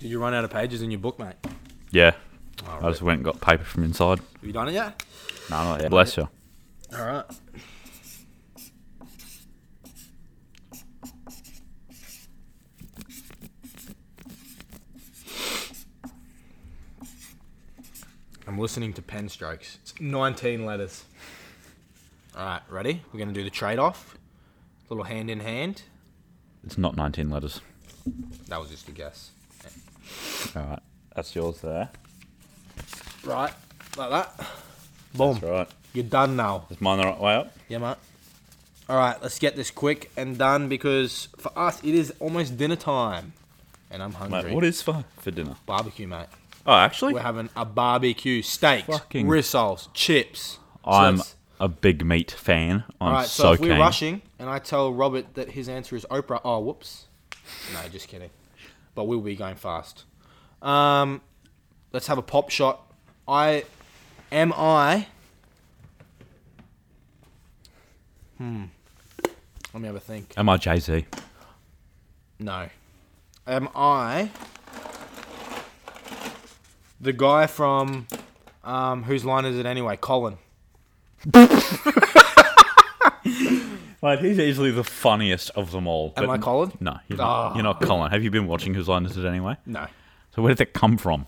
Speaker 1: Did you run out of pages in your book, mate?
Speaker 2: Yeah,
Speaker 1: Oh,
Speaker 2: I just went and got paper from inside.
Speaker 1: Have you done it yet?
Speaker 2: No, not yet. Bless you.
Speaker 1: All right. I'm listening to pen strokes. It's 19 letters. All right, ready? We're going to do the trade off. Little hand in hand.
Speaker 2: It's not 19 letters.
Speaker 1: That was just a guess.
Speaker 2: All right. That's yours there.
Speaker 1: Right, like that. Boom.
Speaker 2: That's right.
Speaker 1: You're done now.
Speaker 2: Is mine the right way up?
Speaker 1: Yeah, mate. All right, let's get this quick and done because for us it is almost dinner time, and I'm hungry.
Speaker 2: Mate, what is for, for dinner?
Speaker 1: barbecue, mate?
Speaker 2: Oh, actually,
Speaker 1: We're having a barbecue, steaks,
Speaker 2: Fucking-
Speaker 1: rissoles, chips. So
Speaker 2: I'm
Speaker 1: let's-
Speaker 2: a big meat fan. I'm
Speaker 1: all right. So,
Speaker 2: so,
Speaker 1: if we're
Speaker 2: keen.
Speaker 1: rushing, and I tell Robert that his answer is Oprah. Oh, whoops. No, just kidding. But we'll be going fast. Um, let's have a pop shot. I am I. Hmm. Let me have a think.
Speaker 2: Am I Jay Z?
Speaker 1: No. Am I the guy from um, whose line is it anyway? Colin.
Speaker 2: Mate, he's easily the funniest of them all.
Speaker 1: Am
Speaker 2: but
Speaker 1: I
Speaker 2: n-
Speaker 1: Colin?
Speaker 2: No, you're,
Speaker 1: Ah.
Speaker 2: not, you're not Colin. Have you been watching Whose Line Is It Anyway?
Speaker 1: No.
Speaker 2: So where did that come from?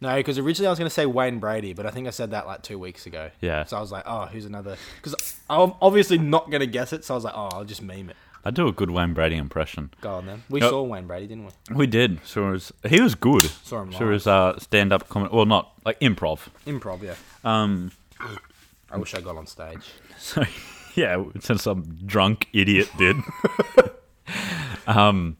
Speaker 1: No, because originally I was going to say Wayne Brady, but I think I said that like two weeks ago.
Speaker 2: Yeah.
Speaker 1: So I was like, oh, who's another? Because I'm obviously not going to guess it, so I was like, oh, I'll just meme it.
Speaker 2: I do a good Wayne Brady impression.
Speaker 1: Go on then. We
Speaker 2: Yep.
Speaker 1: saw Wayne Brady, didn't we?
Speaker 2: We did. So it was, he was good.
Speaker 1: Saw him
Speaker 2: So
Speaker 1: live.
Speaker 2: his uh, stand-up comedy, well, not like improv.
Speaker 1: Improv, yeah.
Speaker 2: Um,
Speaker 1: I wish I got on stage.
Speaker 2: So yeah, since some drunk idiot did. um,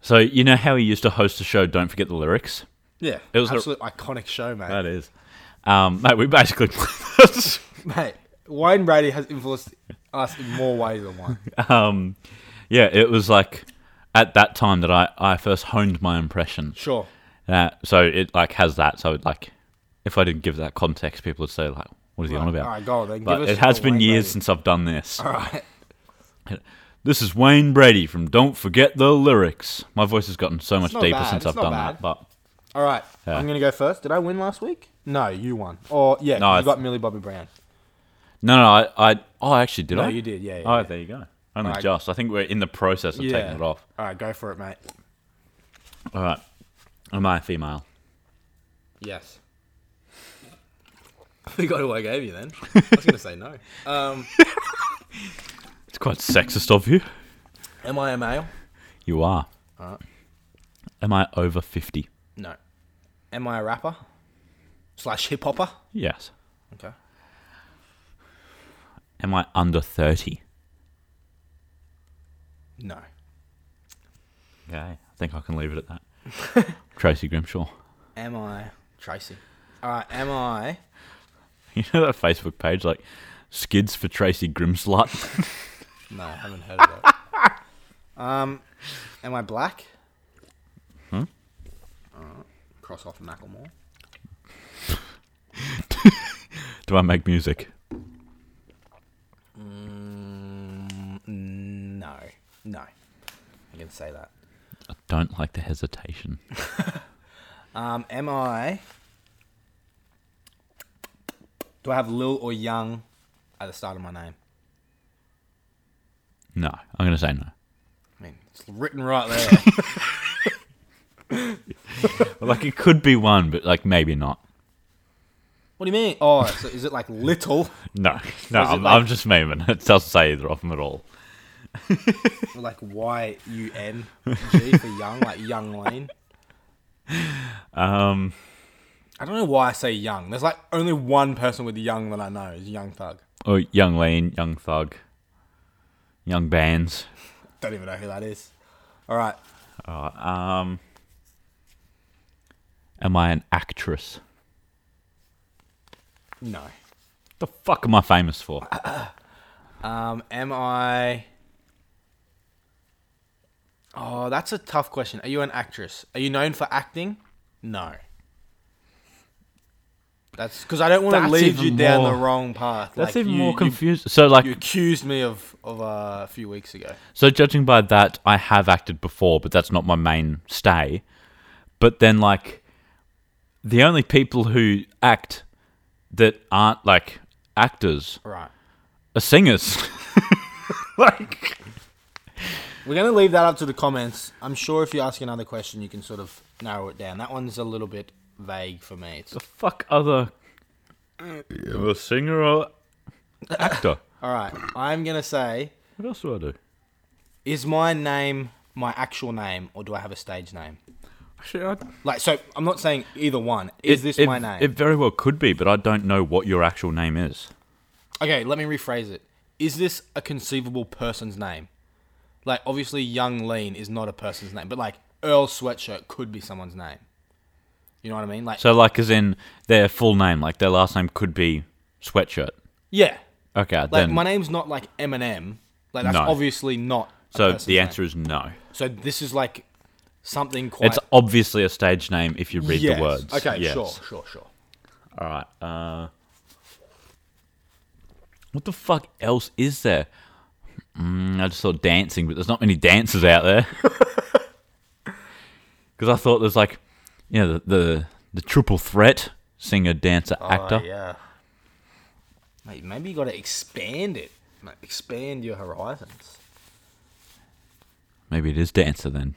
Speaker 2: so you know how he used to host a show. Don't forget the lyrics.
Speaker 1: Yeah.
Speaker 2: It was a-
Speaker 1: absolute iconic show, mate.
Speaker 2: That is, um, mate. We basically
Speaker 1: Mate, Wayne Brady has influenced us in more ways than one.
Speaker 2: um, yeah, it was like at that time that I I first honed my impression.
Speaker 1: Sure.
Speaker 2: Uh, so it like has that. So it, like, if I didn't give that context, people would say like, "What is he on about?"
Speaker 1: All right, go on then.
Speaker 2: But
Speaker 1: Give us
Speaker 2: it has
Speaker 1: a
Speaker 2: been
Speaker 1: Wayne
Speaker 2: years
Speaker 1: Brady.
Speaker 2: since I've done this.
Speaker 1: All right.
Speaker 2: This is Wayne Brady from Don't Forget the Lyrics. My voice has gotten so much
Speaker 1: not
Speaker 2: deeper
Speaker 1: bad,
Speaker 2: since
Speaker 1: it's
Speaker 2: I've
Speaker 1: not
Speaker 2: done
Speaker 1: bad.
Speaker 2: that. But
Speaker 1: All right.
Speaker 2: Yeah.
Speaker 1: I'm going to go first. Did I win last week? No, you won. Or, yeah,
Speaker 2: No,
Speaker 1: you
Speaker 2: I-
Speaker 1: got Millie Bobby Brown.
Speaker 2: no, no, I, I oh, actually, did
Speaker 1: No,
Speaker 2: I?
Speaker 1: you did. Yeah, yeah.
Speaker 2: Oh,
Speaker 1: yeah.
Speaker 2: there you go. Only
Speaker 1: Alright.
Speaker 2: just. I think we're in the process of
Speaker 1: Yeah.
Speaker 2: taking it off.
Speaker 1: All right, go for it, mate.
Speaker 2: All right. Am I a female?
Speaker 1: Yes. I forgot who I gave you then. I was going to say no. Um,
Speaker 2: It's quite sexist of you.
Speaker 1: am I a male?
Speaker 2: You are.
Speaker 1: Alright.
Speaker 2: Am I over fifty?
Speaker 1: No. Am I a rapper? Slash hip hopper?
Speaker 2: Yes.
Speaker 1: Okay.
Speaker 2: Am I under thirty?
Speaker 1: No.
Speaker 2: Okay. I think I can leave it at that. Tracy Grimshaw.
Speaker 1: Am I Tracy? All right, am I.
Speaker 2: You know that Facebook page like skids for Tracy Grimslut?
Speaker 1: No, I haven't heard of that. um, am I black?
Speaker 2: Hmm?
Speaker 1: Alright, Cross off Macklemore.
Speaker 2: Do I make music?
Speaker 1: Mm, no, no, I can say that.
Speaker 2: I don't like the hesitation.
Speaker 1: Um, am I? Do I have Lil or Young at the start of my name?
Speaker 2: No, I'm going to say no.
Speaker 1: I mean, it's written right there.
Speaker 2: like it could be one, but like maybe not.
Speaker 1: What do you mean? Oh, so is it like little,
Speaker 2: No, no,
Speaker 1: Was it
Speaker 2: I'm,
Speaker 1: like-
Speaker 2: I'm just memeing. It doesn't say either of them at all.
Speaker 1: Or like Y U N G for young, like young lane?
Speaker 2: Um,
Speaker 1: I don't know why I say young. There's like only one person with young that I know is Young Thug.
Speaker 2: oh, Young Lean, Young Thug, Young Bands.
Speaker 1: Don't even know who that is. All right,
Speaker 2: Um, am I an actress?
Speaker 1: no.
Speaker 2: The fuck am I famous for?
Speaker 1: Uh, Um, am I? Oh, that's a tough question. Are you an actress? Are you known for acting? No. That's because I don't want to
Speaker 2: That's
Speaker 1: lead
Speaker 2: even
Speaker 1: you down
Speaker 2: more-
Speaker 1: the wrong path.
Speaker 2: That's
Speaker 1: like,
Speaker 2: even
Speaker 1: you-
Speaker 2: more
Speaker 1: you-
Speaker 2: confused. So, like,
Speaker 1: You accused me of of uh, a few weeks ago.
Speaker 2: So judging by that, I have acted before, but that's not my main stay. But then, like, the only people who act that aren't like actors
Speaker 1: Right.
Speaker 2: are singers. like,
Speaker 1: We're going to leave that up to the comments. I'm sure if you ask another question, you can sort of narrow it down. That one's a little bit vague for me. It's,
Speaker 2: the fuck other a singer or actor?
Speaker 1: all right. I'm going to say
Speaker 2: What else do I do?
Speaker 1: is my name my actual name or do I have a stage name?
Speaker 2: Actually, I,
Speaker 1: Like, so I'm not saying either one. Is this
Speaker 2: it,
Speaker 1: my name?
Speaker 2: It very well could be, but I don't know what your actual name is.
Speaker 1: okay, let me rephrase it. Is this a conceivable person's name? Like, obviously, Young Lean is not a person's name, but like Earl Sweatshirt could be someone's name. You know what I mean? Like,
Speaker 2: So, like, as in their full name, like their last name could be Sweatshirt.
Speaker 1: yeah.
Speaker 2: Okay,
Speaker 1: Like,
Speaker 2: then
Speaker 1: my name's not like Eminem. Like, that's
Speaker 2: No.
Speaker 1: obviously not. a
Speaker 2: So
Speaker 1: person's
Speaker 2: the
Speaker 1: name.
Speaker 2: answer is no.
Speaker 1: So this is like something quite.
Speaker 2: It's obviously a stage name if you read
Speaker 1: Yes.
Speaker 2: the words.
Speaker 1: Okay,
Speaker 2: Yes.
Speaker 1: sure, sure, sure.
Speaker 2: All right. Uh, what the fuck else is there? Mm, I just saw dancing, but there's not many dancers out there. Because I thought there's like, you know, the the, the triple threat: singer, dancer, actor.
Speaker 1: Oh, yeah. Mate, maybe you got to expand it. Mate, expand your horizons.
Speaker 2: Maybe it is dancer then.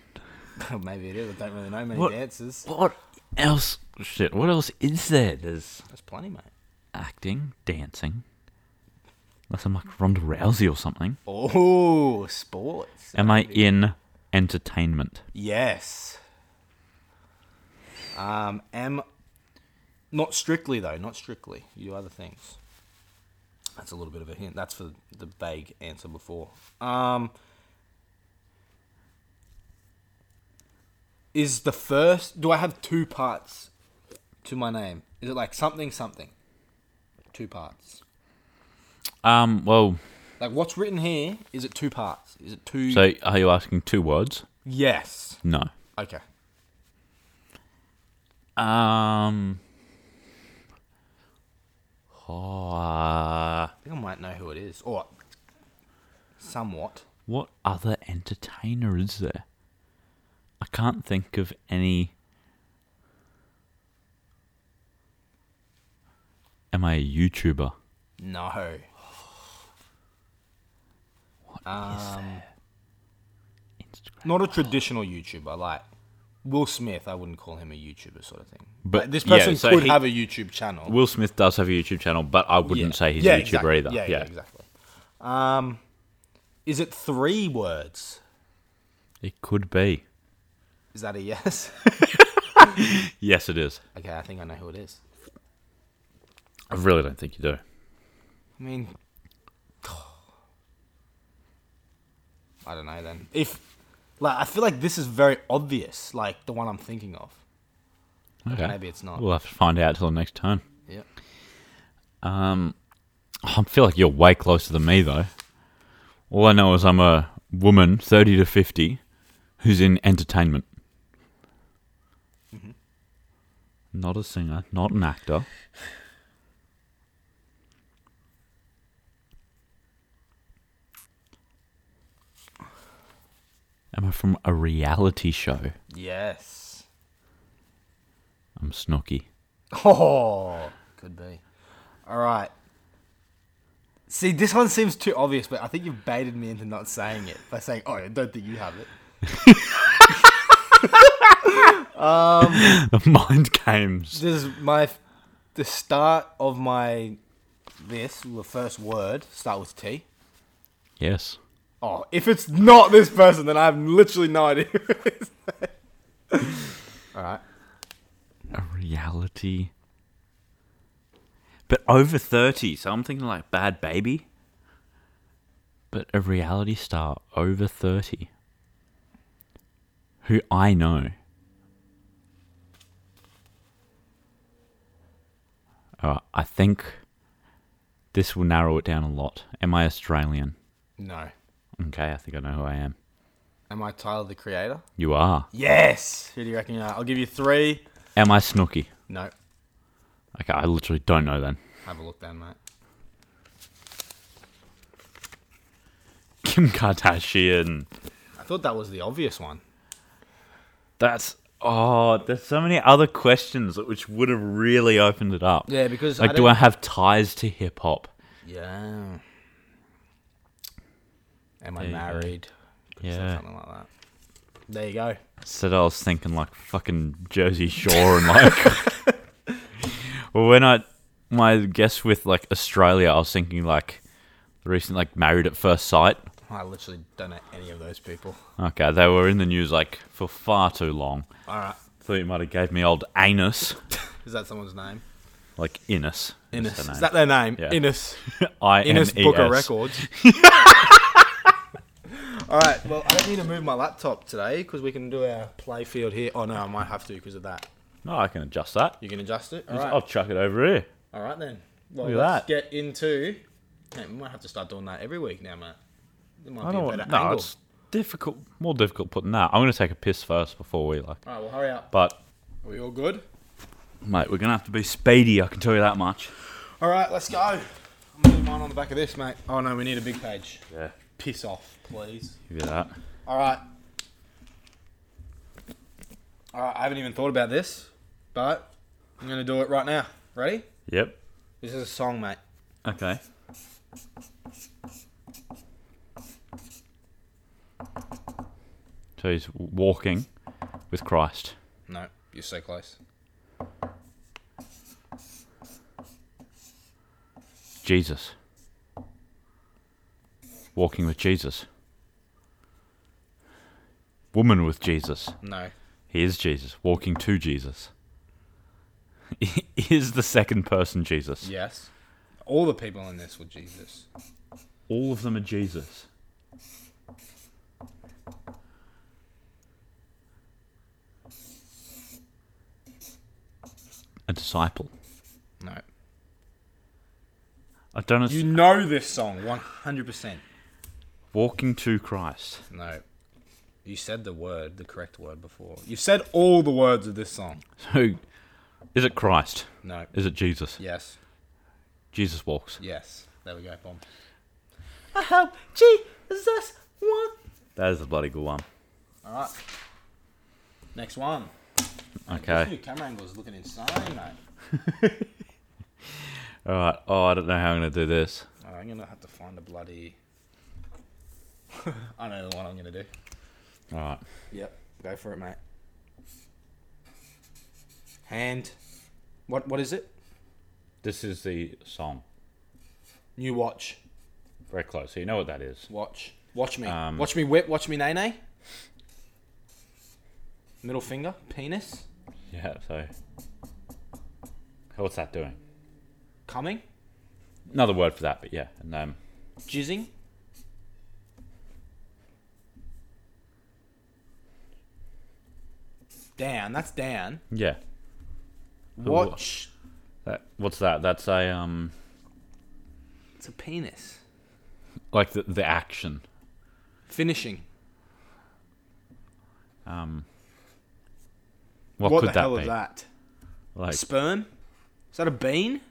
Speaker 1: maybe it is. I don't really know many
Speaker 2: What-
Speaker 1: dancers.
Speaker 2: What else? Shit. What else is there? There's
Speaker 1: That's plenty, mate.
Speaker 2: acting, dancing. Unless I'm like Ronda Rousey or something.
Speaker 1: Oh, sports.
Speaker 2: Am I in entertainment?
Speaker 1: Yes. Um, am not strictly though. Not strictly. You do other things. That's a little bit of a hint. That's for the vague answer before. Um, is the first? Do I have two parts to my name? Is it like something something? Two parts.
Speaker 2: Um, well,
Speaker 1: Like what's written here? Is it two parts? Is it two?
Speaker 2: so are you asking two words?
Speaker 1: yes.
Speaker 2: No.
Speaker 1: Okay.
Speaker 2: Um. Oh, uh,
Speaker 1: I think I might know who it is, or somewhat.
Speaker 2: what other entertainer is there? I can't think of any. Am I a YouTuber?
Speaker 1: No.
Speaker 2: What is
Speaker 1: Um,
Speaker 2: there? Instagram.
Speaker 1: Not a traditional YouTuber, like Will Smith. I wouldn't call him a YouTuber, sort of thing.
Speaker 2: But-
Speaker 1: Like, this
Speaker 2: yeah,
Speaker 1: person
Speaker 2: so
Speaker 1: could
Speaker 2: he-
Speaker 1: have a YouTube channel.
Speaker 2: Will Smith does have a YouTube channel, but I wouldn't say he's a YouTuber
Speaker 1: exactly.
Speaker 2: either.
Speaker 1: Yeah, yeah, exactly. Um, is it three words?
Speaker 2: It could be.
Speaker 1: Is that a yes?
Speaker 2: Yes, it is.
Speaker 1: okay, I think I know who it is.
Speaker 2: I really don't think you do.
Speaker 1: I mean, I don't know. Then if like, I feel like this is very obvious. Like the one I'm thinking of.
Speaker 2: Okay.
Speaker 1: Maybe it's not.
Speaker 2: We'll have to find out till the next time.
Speaker 1: Yeah.
Speaker 2: Um, I feel like you're way closer than me, though. All I know is I'm a woman, 30 to 50, who's in entertainment. Not a singer, not an actor. Am I from a reality show?
Speaker 1: Yes.
Speaker 2: I'm snooky.
Speaker 1: Oh, could be. All right. See, this one seems too obvious, but I think you've baited me into not saying it by saying, "Oh, I don't think you have it."
Speaker 2: Mind games.
Speaker 1: This is my the start of my this the first word start with T.
Speaker 2: Yes.
Speaker 1: Oh, if it's not this person, then I have literally no idea. All right.
Speaker 2: A reality. But over 30, so I'm thinking like Bad Baby. But a reality star over 30 who I know. Uh, I think this will narrow it down a lot. Am I Australian?
Speaker 1: No.
Speaker 2: Okay, I think I know who I am.
Speaker 1: Am I Tyler the Creator?
Speaker 2: You are.
Speaker 1: Yes. Who do you reckon you are? I'll give you three.
Speaker 2: Am I Snooky?
Speaker 1: No.
Speaker 2: Okay, I literally don't know then.
Speaker 1: Have a look then, mate.
Speaker 2: Kim Kardashian.
Speaker 1: I thought that was the obvious one.
Speaker 2: That's oh, there's so many other questions that- which would have really opened it up.
Speaker 1: Yeah, because
Speaker 2: Like,
Speaker 1: I
Speaker 2: do
Speaker 1: don't-
Speaker 2: I have ties to hip hop?
Speaker 1: Yeah. Am I
Speaker 2: There you go.
Speaker 1: married? Could have said
Speaker 2: Yeah.
Speaker 1: Something like that. There you go.
Speaker 2: Said I was thinking like fucking Jersey Shore and like. well, when I my guess with like Australia, I was thinking like the recent like Married at First Sight.
Speaker 1: I literally don't know any of those people.
Speaker 2: Okay, they were in the news like for far too long.
Speaker 1: All right.
Speaker 2: Thought you might have gave me old anus,
Speaker 1: Is that someone's name?
Speaker 2: like Innes.
Speaker 1: Innes. Is that their name?
Speaker 2: Yeah.
Speaker 1: Innes.
Speaker 2: I N E S.
Speaker 1: Innes Booker Records. All right. Well, I don't need to move my laptop today because we can do our play field here. Oh no, I might have to because of that.
Speaker 2: No, I can adjust that.
Speaker 1: You can adjust it. All
Speaker 2: I'll
Speaker 1: right.
Speaker 2: chuck it over here.
Speaker 1: All right then. Well,
Speaker 2: Look at
Speaker 1: let's
Speaker 2: that.
Speaker 1: get into. Man, we might have to start doing that every week now, mate. There might
Speaker 2: I
Speaker 1: be
Speaker 2: don't
Speaker 1: a
Speaker 2: want.
Speaker 1: better
Speaker 2: No,
Speaker 1: angle.
Speaker 2: it's difficult. More difficult putting that. I'm gonna take a piss first before we like.
Speaker 1: All right. Well, hurry up.
Speaker 2: But
Speaker 1: Are we all good?
Speaker 2: mate, we're gonna have to be speedy. I can tell you that much.
Speaker 1: All right, let's go. I'm gonna do mine on the back of this, mate. Oh no, we need a big page.
Speaker 2: Yeah.
Speaker 1: Piss off, please.
Speaker 2: Give you that.
Speaker 1: All right. All right, I haven't even thought about this, but I'm gonna do it right now. Ready?
Speaker 2: Yep.
Speaker 1: This is a song, mate.
Speaker 2: Okay. So he's walking with Christ.
Speaker 1: No, you're so close.
Speaker 2: Jesus. Walking with Jesus. Woman with Jesus.
Speaker 1: No.
Speaker 2: He is Jesus, walking to Jesus. He is the second person Jesus.
Speaker 1: Yes. All the people in this were Jesus.
Speaker 2: All of them are Jesus. A disciple.
Speaker 1: No.
Speaker 2: I don't
Speaker 1: You
Speaker 2: know.
Speaker 1: know this song 100%.
Speaker 2: Walking to Christ.
Speaker 1: No. You said the word, the correct word before. You said all the words of this song.
Speaker 2: So, is it Christ?
Speaker 1: No.
Speaker 2: Is it Jesus?
Speaker 1: Yes.
Speaker 2: Jesus walks.
Speaker 1: Yes. There we go. Bomb. I help Jesus one.
Speaker 2: That is a bloody good one.
Speaker 1: All right. Next one. This new
Speaker 2: Okay.
Speaker 1: camera angle is looking insane, mate.
Speaker 2: All right. Oh, I don't know how I'm going to do this.
Speaker 1: Oh, I'm gonna have to find a bloody. I know the one I'm gonna do.
Speaker 2: All right.
Speaker 1: Yep. Go for it, mate. Hand. What? What is it?
Speaker 2: This is the song.
Speaker 1: New watch.
Speaker 2: Very close. So you know what that is.
Speaker 1: Watch. Watch me.
Speaker 2: Um,
Speaker 1: watch me whip. Watch me nay nay. Middle finger. Penis.
Speaker 2: Yeah. So, what's that doing?
Speaker 1: Coming.
Speaker 2: Another word for that, but yeah. And um,
Speaker 1: Jizzing. Down. That's down.
Speaker 2: yeah.
Speaker 1: Watch.
Speaker 2: That, what's that? That's a um,
Speaker 1: It's a penis.
Speaker 2: like the the action.
Speaker 1: Finishing.
Speaker 2: Um, what,
Speaker 1: what
Speaker 2: could
Speaker 1: the
Speaker 2: that
Speaker 1: hell
Speaker 2: be?
Speaker 1: is that?
Speaker 2: Like
Speaker 1: Sperm? Is that a bean?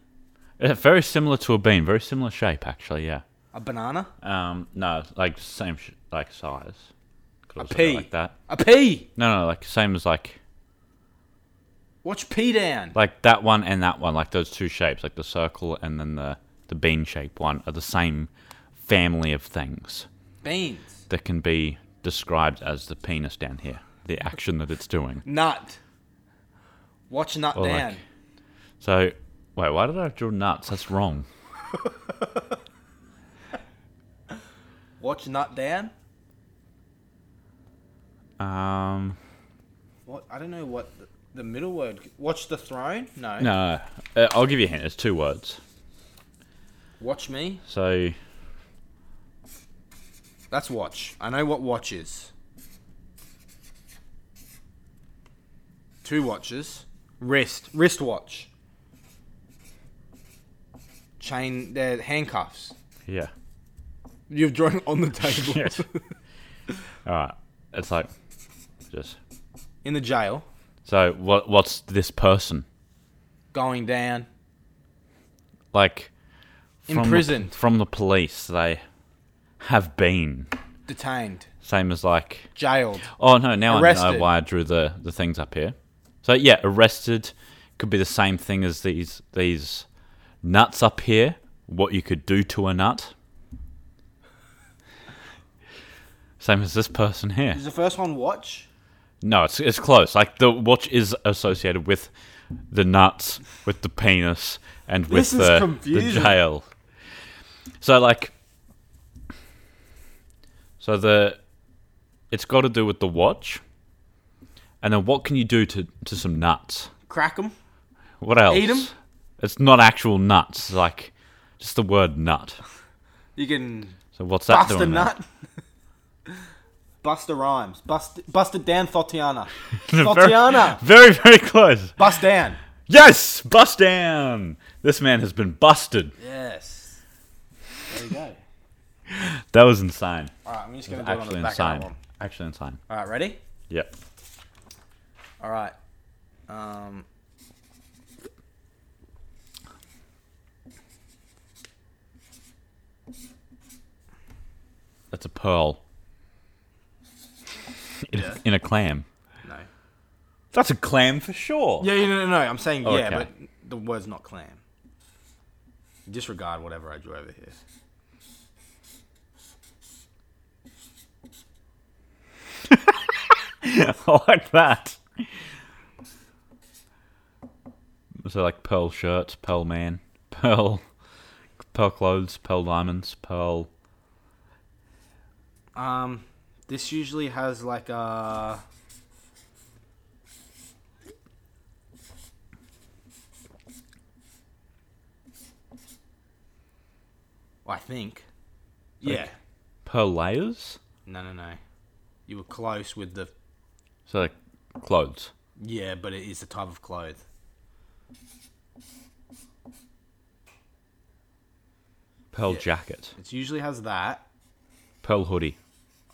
Speaker 2: uh, very similar to a bean, very similar shape actually. Yeah.
Speaker 1: A banana?
Speaker 2: Um, no, like same sh- like size. Could also go
Speaker 1: pea.
Speaker 2: like that.
Speaker 1: A pea.
Speaker 2: No, no, like same as like
Speaker 1: Watch pea down.
Speaker 2: like that one and that one, like those two shapes, like the circle and then the the bean shape one, are the same family of things.
Speaker 1: Beans.
Speaker 2: that can be described as the penis down here, the action that it's doing.
Speaker 1: Nut. Watch nut
Speaker 2: Or like-
Speaker 1: down.
Speaker 2: So, wait, why did I draw nuts? That's wrong.
Speaker 1: Watch nut down.
Speaker 2: Um,
Speaker 1: What? I don't know what the, the middle word. Watch the throne. No.
Speaker 2: no, uh, I'll give you a hint. It's two words.
Speaker 1: Watch me.
Speaker 2: So,
Speaker 1: That's watch. I know what watch is. Two watches. Wrist. Wristwatch. Chain. They're handcuffs.
Speaker 2: yeah.
Speaker 1: You've drawn it on the table.
Speaker 2: Yes. All right. It's like just
Speaker 1: In the jail.
Speaker 2: so. What? What's this person
Speaker 1: Going down.
Speaker 2: like?
Speaker 1: In
Speaker 2: from the-
Speaker 1: prison.
Speaker 2: from the police. They have been
Speaker 1: Detained.
Speaker 2: same as like.
Speaker 1: Jailed.
Speaker 2: Oh no! Now I
Speaker 1: Arrested.
Speaker 2: know why I drew the the things up here. So yeah, arrested could be the same thing as these these nuts up here. What you could do to a nut. Same as this person here.
Speaker 1: Is the first one watch?
Speaker 2: No, it's it's close. Like the watch is associated with the nuts, with the penis, and with
Speaker 1: This is
Speaker 2: the, the
Speaker 1: confusing.
Speaker 2: jail. So like, so the it's got to do with the watch, and then what can you do to to some nuts?
Speaker 1: Crack 'em.
Speaker 2: What else?
Speaker 1: 'em?
Speaker 2: It's not actual nuts. Like just the word nut.
Speaker 1: You can
Speaker 2: So what's that
Speaker 1: bust a
Speaker 2: doing? there?
Speaker 1: nut. Buster Rhymes. Bust, bust it down, Thotiana.
Speaker 2: very,
Speaker 1: Thotiana.
Speaker 2: very very close.
Speaker 1: Bust down.
Speaker 2: Yes, bust down. This man has been busted.
Speaker 1: Yes. There you go.
Speaker 2: That was insane.
Speaker 1: All right, I'm just going to do it on
Speaker 2: Actually
Speaker 1: the back of that
Speaker 2: insane.
Speaker 1: one.
Speaker 2: Actually insane.
Speaker 1: All right, ready?
Speaker 2: Yep.
Speaker 1: All right. Um.
Speaker 2: That's a pearl. In,
Speaker 1: Yeah.
Speaker 2: in a clam.
Speaker 1: No.
Speaker 2: That's a clam for sure.
Speaker 1: Yeah, no, no, no. I'm saying yeah,
Speaker 2: Oh, Okay.
Speaker 1: but the word's not clam. Disregard whatever I drew over here.
Speaker 2: I like that. So like pearl shirts, pearl man, pearl, pearl clothes, pearl diamonds, pearl.
Speaker 1: Um, this usually has like uh, a. I think. Yeah.
Speaker 2: Pearl layers.
Speaker 1: No, no, no. You were close with the.
Speaker 2: So like clothes.
Speaker 1: Yeah, but it is a type of clothes.
Speaker 2: Pearl
Speaker 1: Yeah.
Speaker 2: jacket.
Speaker 1: It usually has that.
Speaker 2: Pearl hoodie.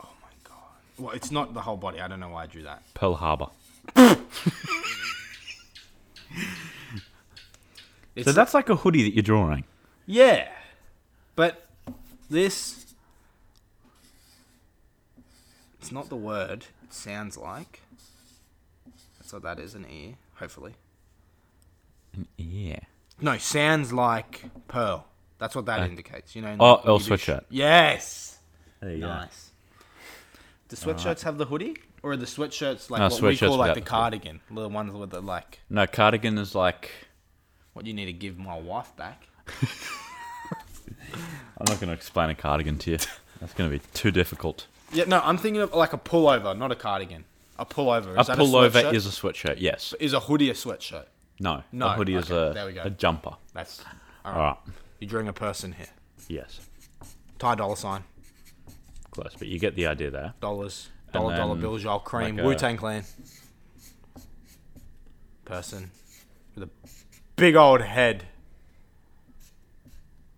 Speaker 1: Oh my god. Well, it's not the whole body. I don't know why I drew that.
Speaker 2: Pearl harbor.
Speaker 1: It's
Speaker 2: So that's like a hoodie that you're drawing.
Speaker 1: Yeah. But this. It's not the word it sounds like. That's what that is an ear, hopefully.
Speaker 2: Yeah.
Speaker 1: No, sounds like pearl. That's what that indicates, you know.
Speaker 2: Oh,
Speaker 1: like when
Speaker 2: oh,
Speaker 1: you do sh-
Speaker 2: sweatshirt.
Speaker 1: Yes.
Speaker 2: There
Speaker 1: Nice. Do sweatshirts have the hoodie? Or are the sweatshirts like
Speaker 2: No,
Speaker 1: what we call
Speaker 2: sweatshirts
Speaker 1: like
Speaker 2: without the hoodie.
Speaker 1: the cardigan? The ones with the like
Speaker 2: No, cardigan is like.
Speaker 1: what you need to give my wife back.
Speaker 2: I'm not going to explain a cardigan to you. That's going to be too difficult.
Speaker 1: Yeah, no, I'm thinking of like a pullover, not a cardigan. A pullover.
Speaker 2: A
Speaker 1: Is that
Speaker 2: pullover
Speaker 1: sweatshirt?
Speaker 2: is a sweatshirt, yes.
Speaker 1: is a hoodie a sweatshirt?
Speaker 2: No,
Speaker 1: No,
Speaker 2: a hoodie is
Speaker 1: okay,
Speaker 2: a,
Speaker 1: there we go.
Speaker 2: a jumper.
Speaker 1: That's
Speaker 2: All right,
Speaker 1: you're drawing a person here.
Speaker 2: yes,
Speaker 1: Ty dollar sign,
Speaker 2: close, but you get the idea there.
Speaker 1: dollars, dollar dollar
Speaker 2: then,
Speaker 1: bills, y'all cream,
Speaker 2: like a-
Speaker 1: Wu Tang Clan. Person with a big old head.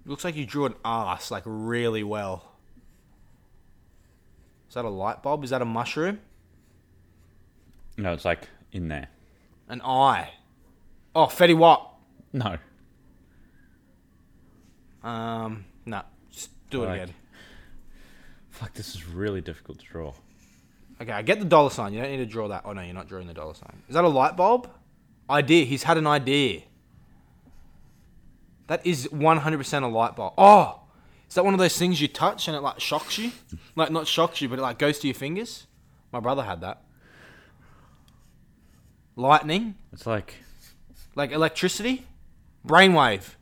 Speaker 1: Looks like you drew an ass like really well. Is that a light bulb? Is that a mushroom?
Speaker 2: No, it's like in there.
Speaker 1: An eye. Oh, Fetty Wap.
Speaker 2: No,
Speaker 1: Um, no, just do it
Speaker 2: Like-
Speaker 1: again.
Speaker 2: fuck, this is really difficult to draw.
Speaker 1: Okay, I get the dollar sign. You don't need to draw that. Oh no, you're not drawing the dollar sign. Is that a light bulb? Idea. He's had an idea. That is 100% a light bulb. Oh, is that one of those things you touch and it like shocks you? Like not shocks you, but it like goes to your fingers. My brother had that. lightning,
Speaker 2: It's like
Speaker 1: like electricity, brainwave,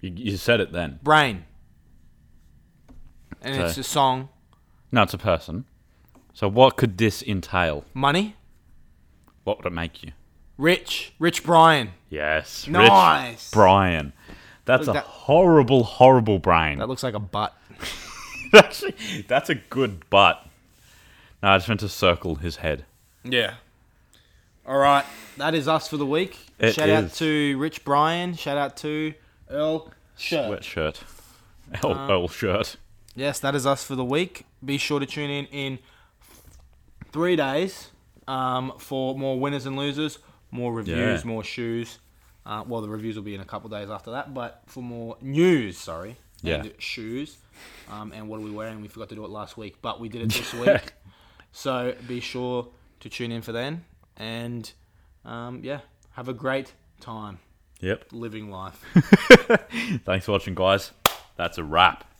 Speaker 2: you, you said it then.
Speaker 1: brain. And it's
Speaker 2: Okay.
Speaker 1: a song,
Speaker 2: No, it's a person. So what could this entail?
Speaker 1: money,
Speaker 2: What would it make you?
Speaker 1: rich, rich Brian.
Speaker 2: Yes.
Speaker 1: Nice.
Speaker 2: Rich Brian. That's
Speaker 1: Look,
Speaker 2: a
Speaker 1: that-
Speaker 2: horrible, horrible brain.
Speaker 1: That looks like a butt.
Speaker 2: that's, that's a good butt. No, I just meant to circle his head.
Speaker 1: Yeah. All right, that is us for the week.
Speaker 2: It
Speaker 1: shout out
Speaker 2: is.
Speaker 1: to Rich Brian. Shout out to Earl. Shirt.
Speaker 2: Wet shirt. L
Speaker 1: Uh.
Speaker 2: L shirt.
Speaker 1: Yes, that is us for the week. Be sure to tune in in three days um, for more winners and losers, more reviews,
Speaker 2: Yeah.
Speaker 1: more shoes. Uh, well, the reviews will be in a couple days after that, but for more news, sorry,
Speaker 2: Yeah.
Speaker 1: and shoes. Um, and what are we wearing? We forgot to do it last week, but we did it this week. So be sure to tune in for then. And um, yeah, have a great time
Speaker 2: Yep.
Speaker 1: living life.
Speaker 2: Thanks for watching, guys. That's a wrap.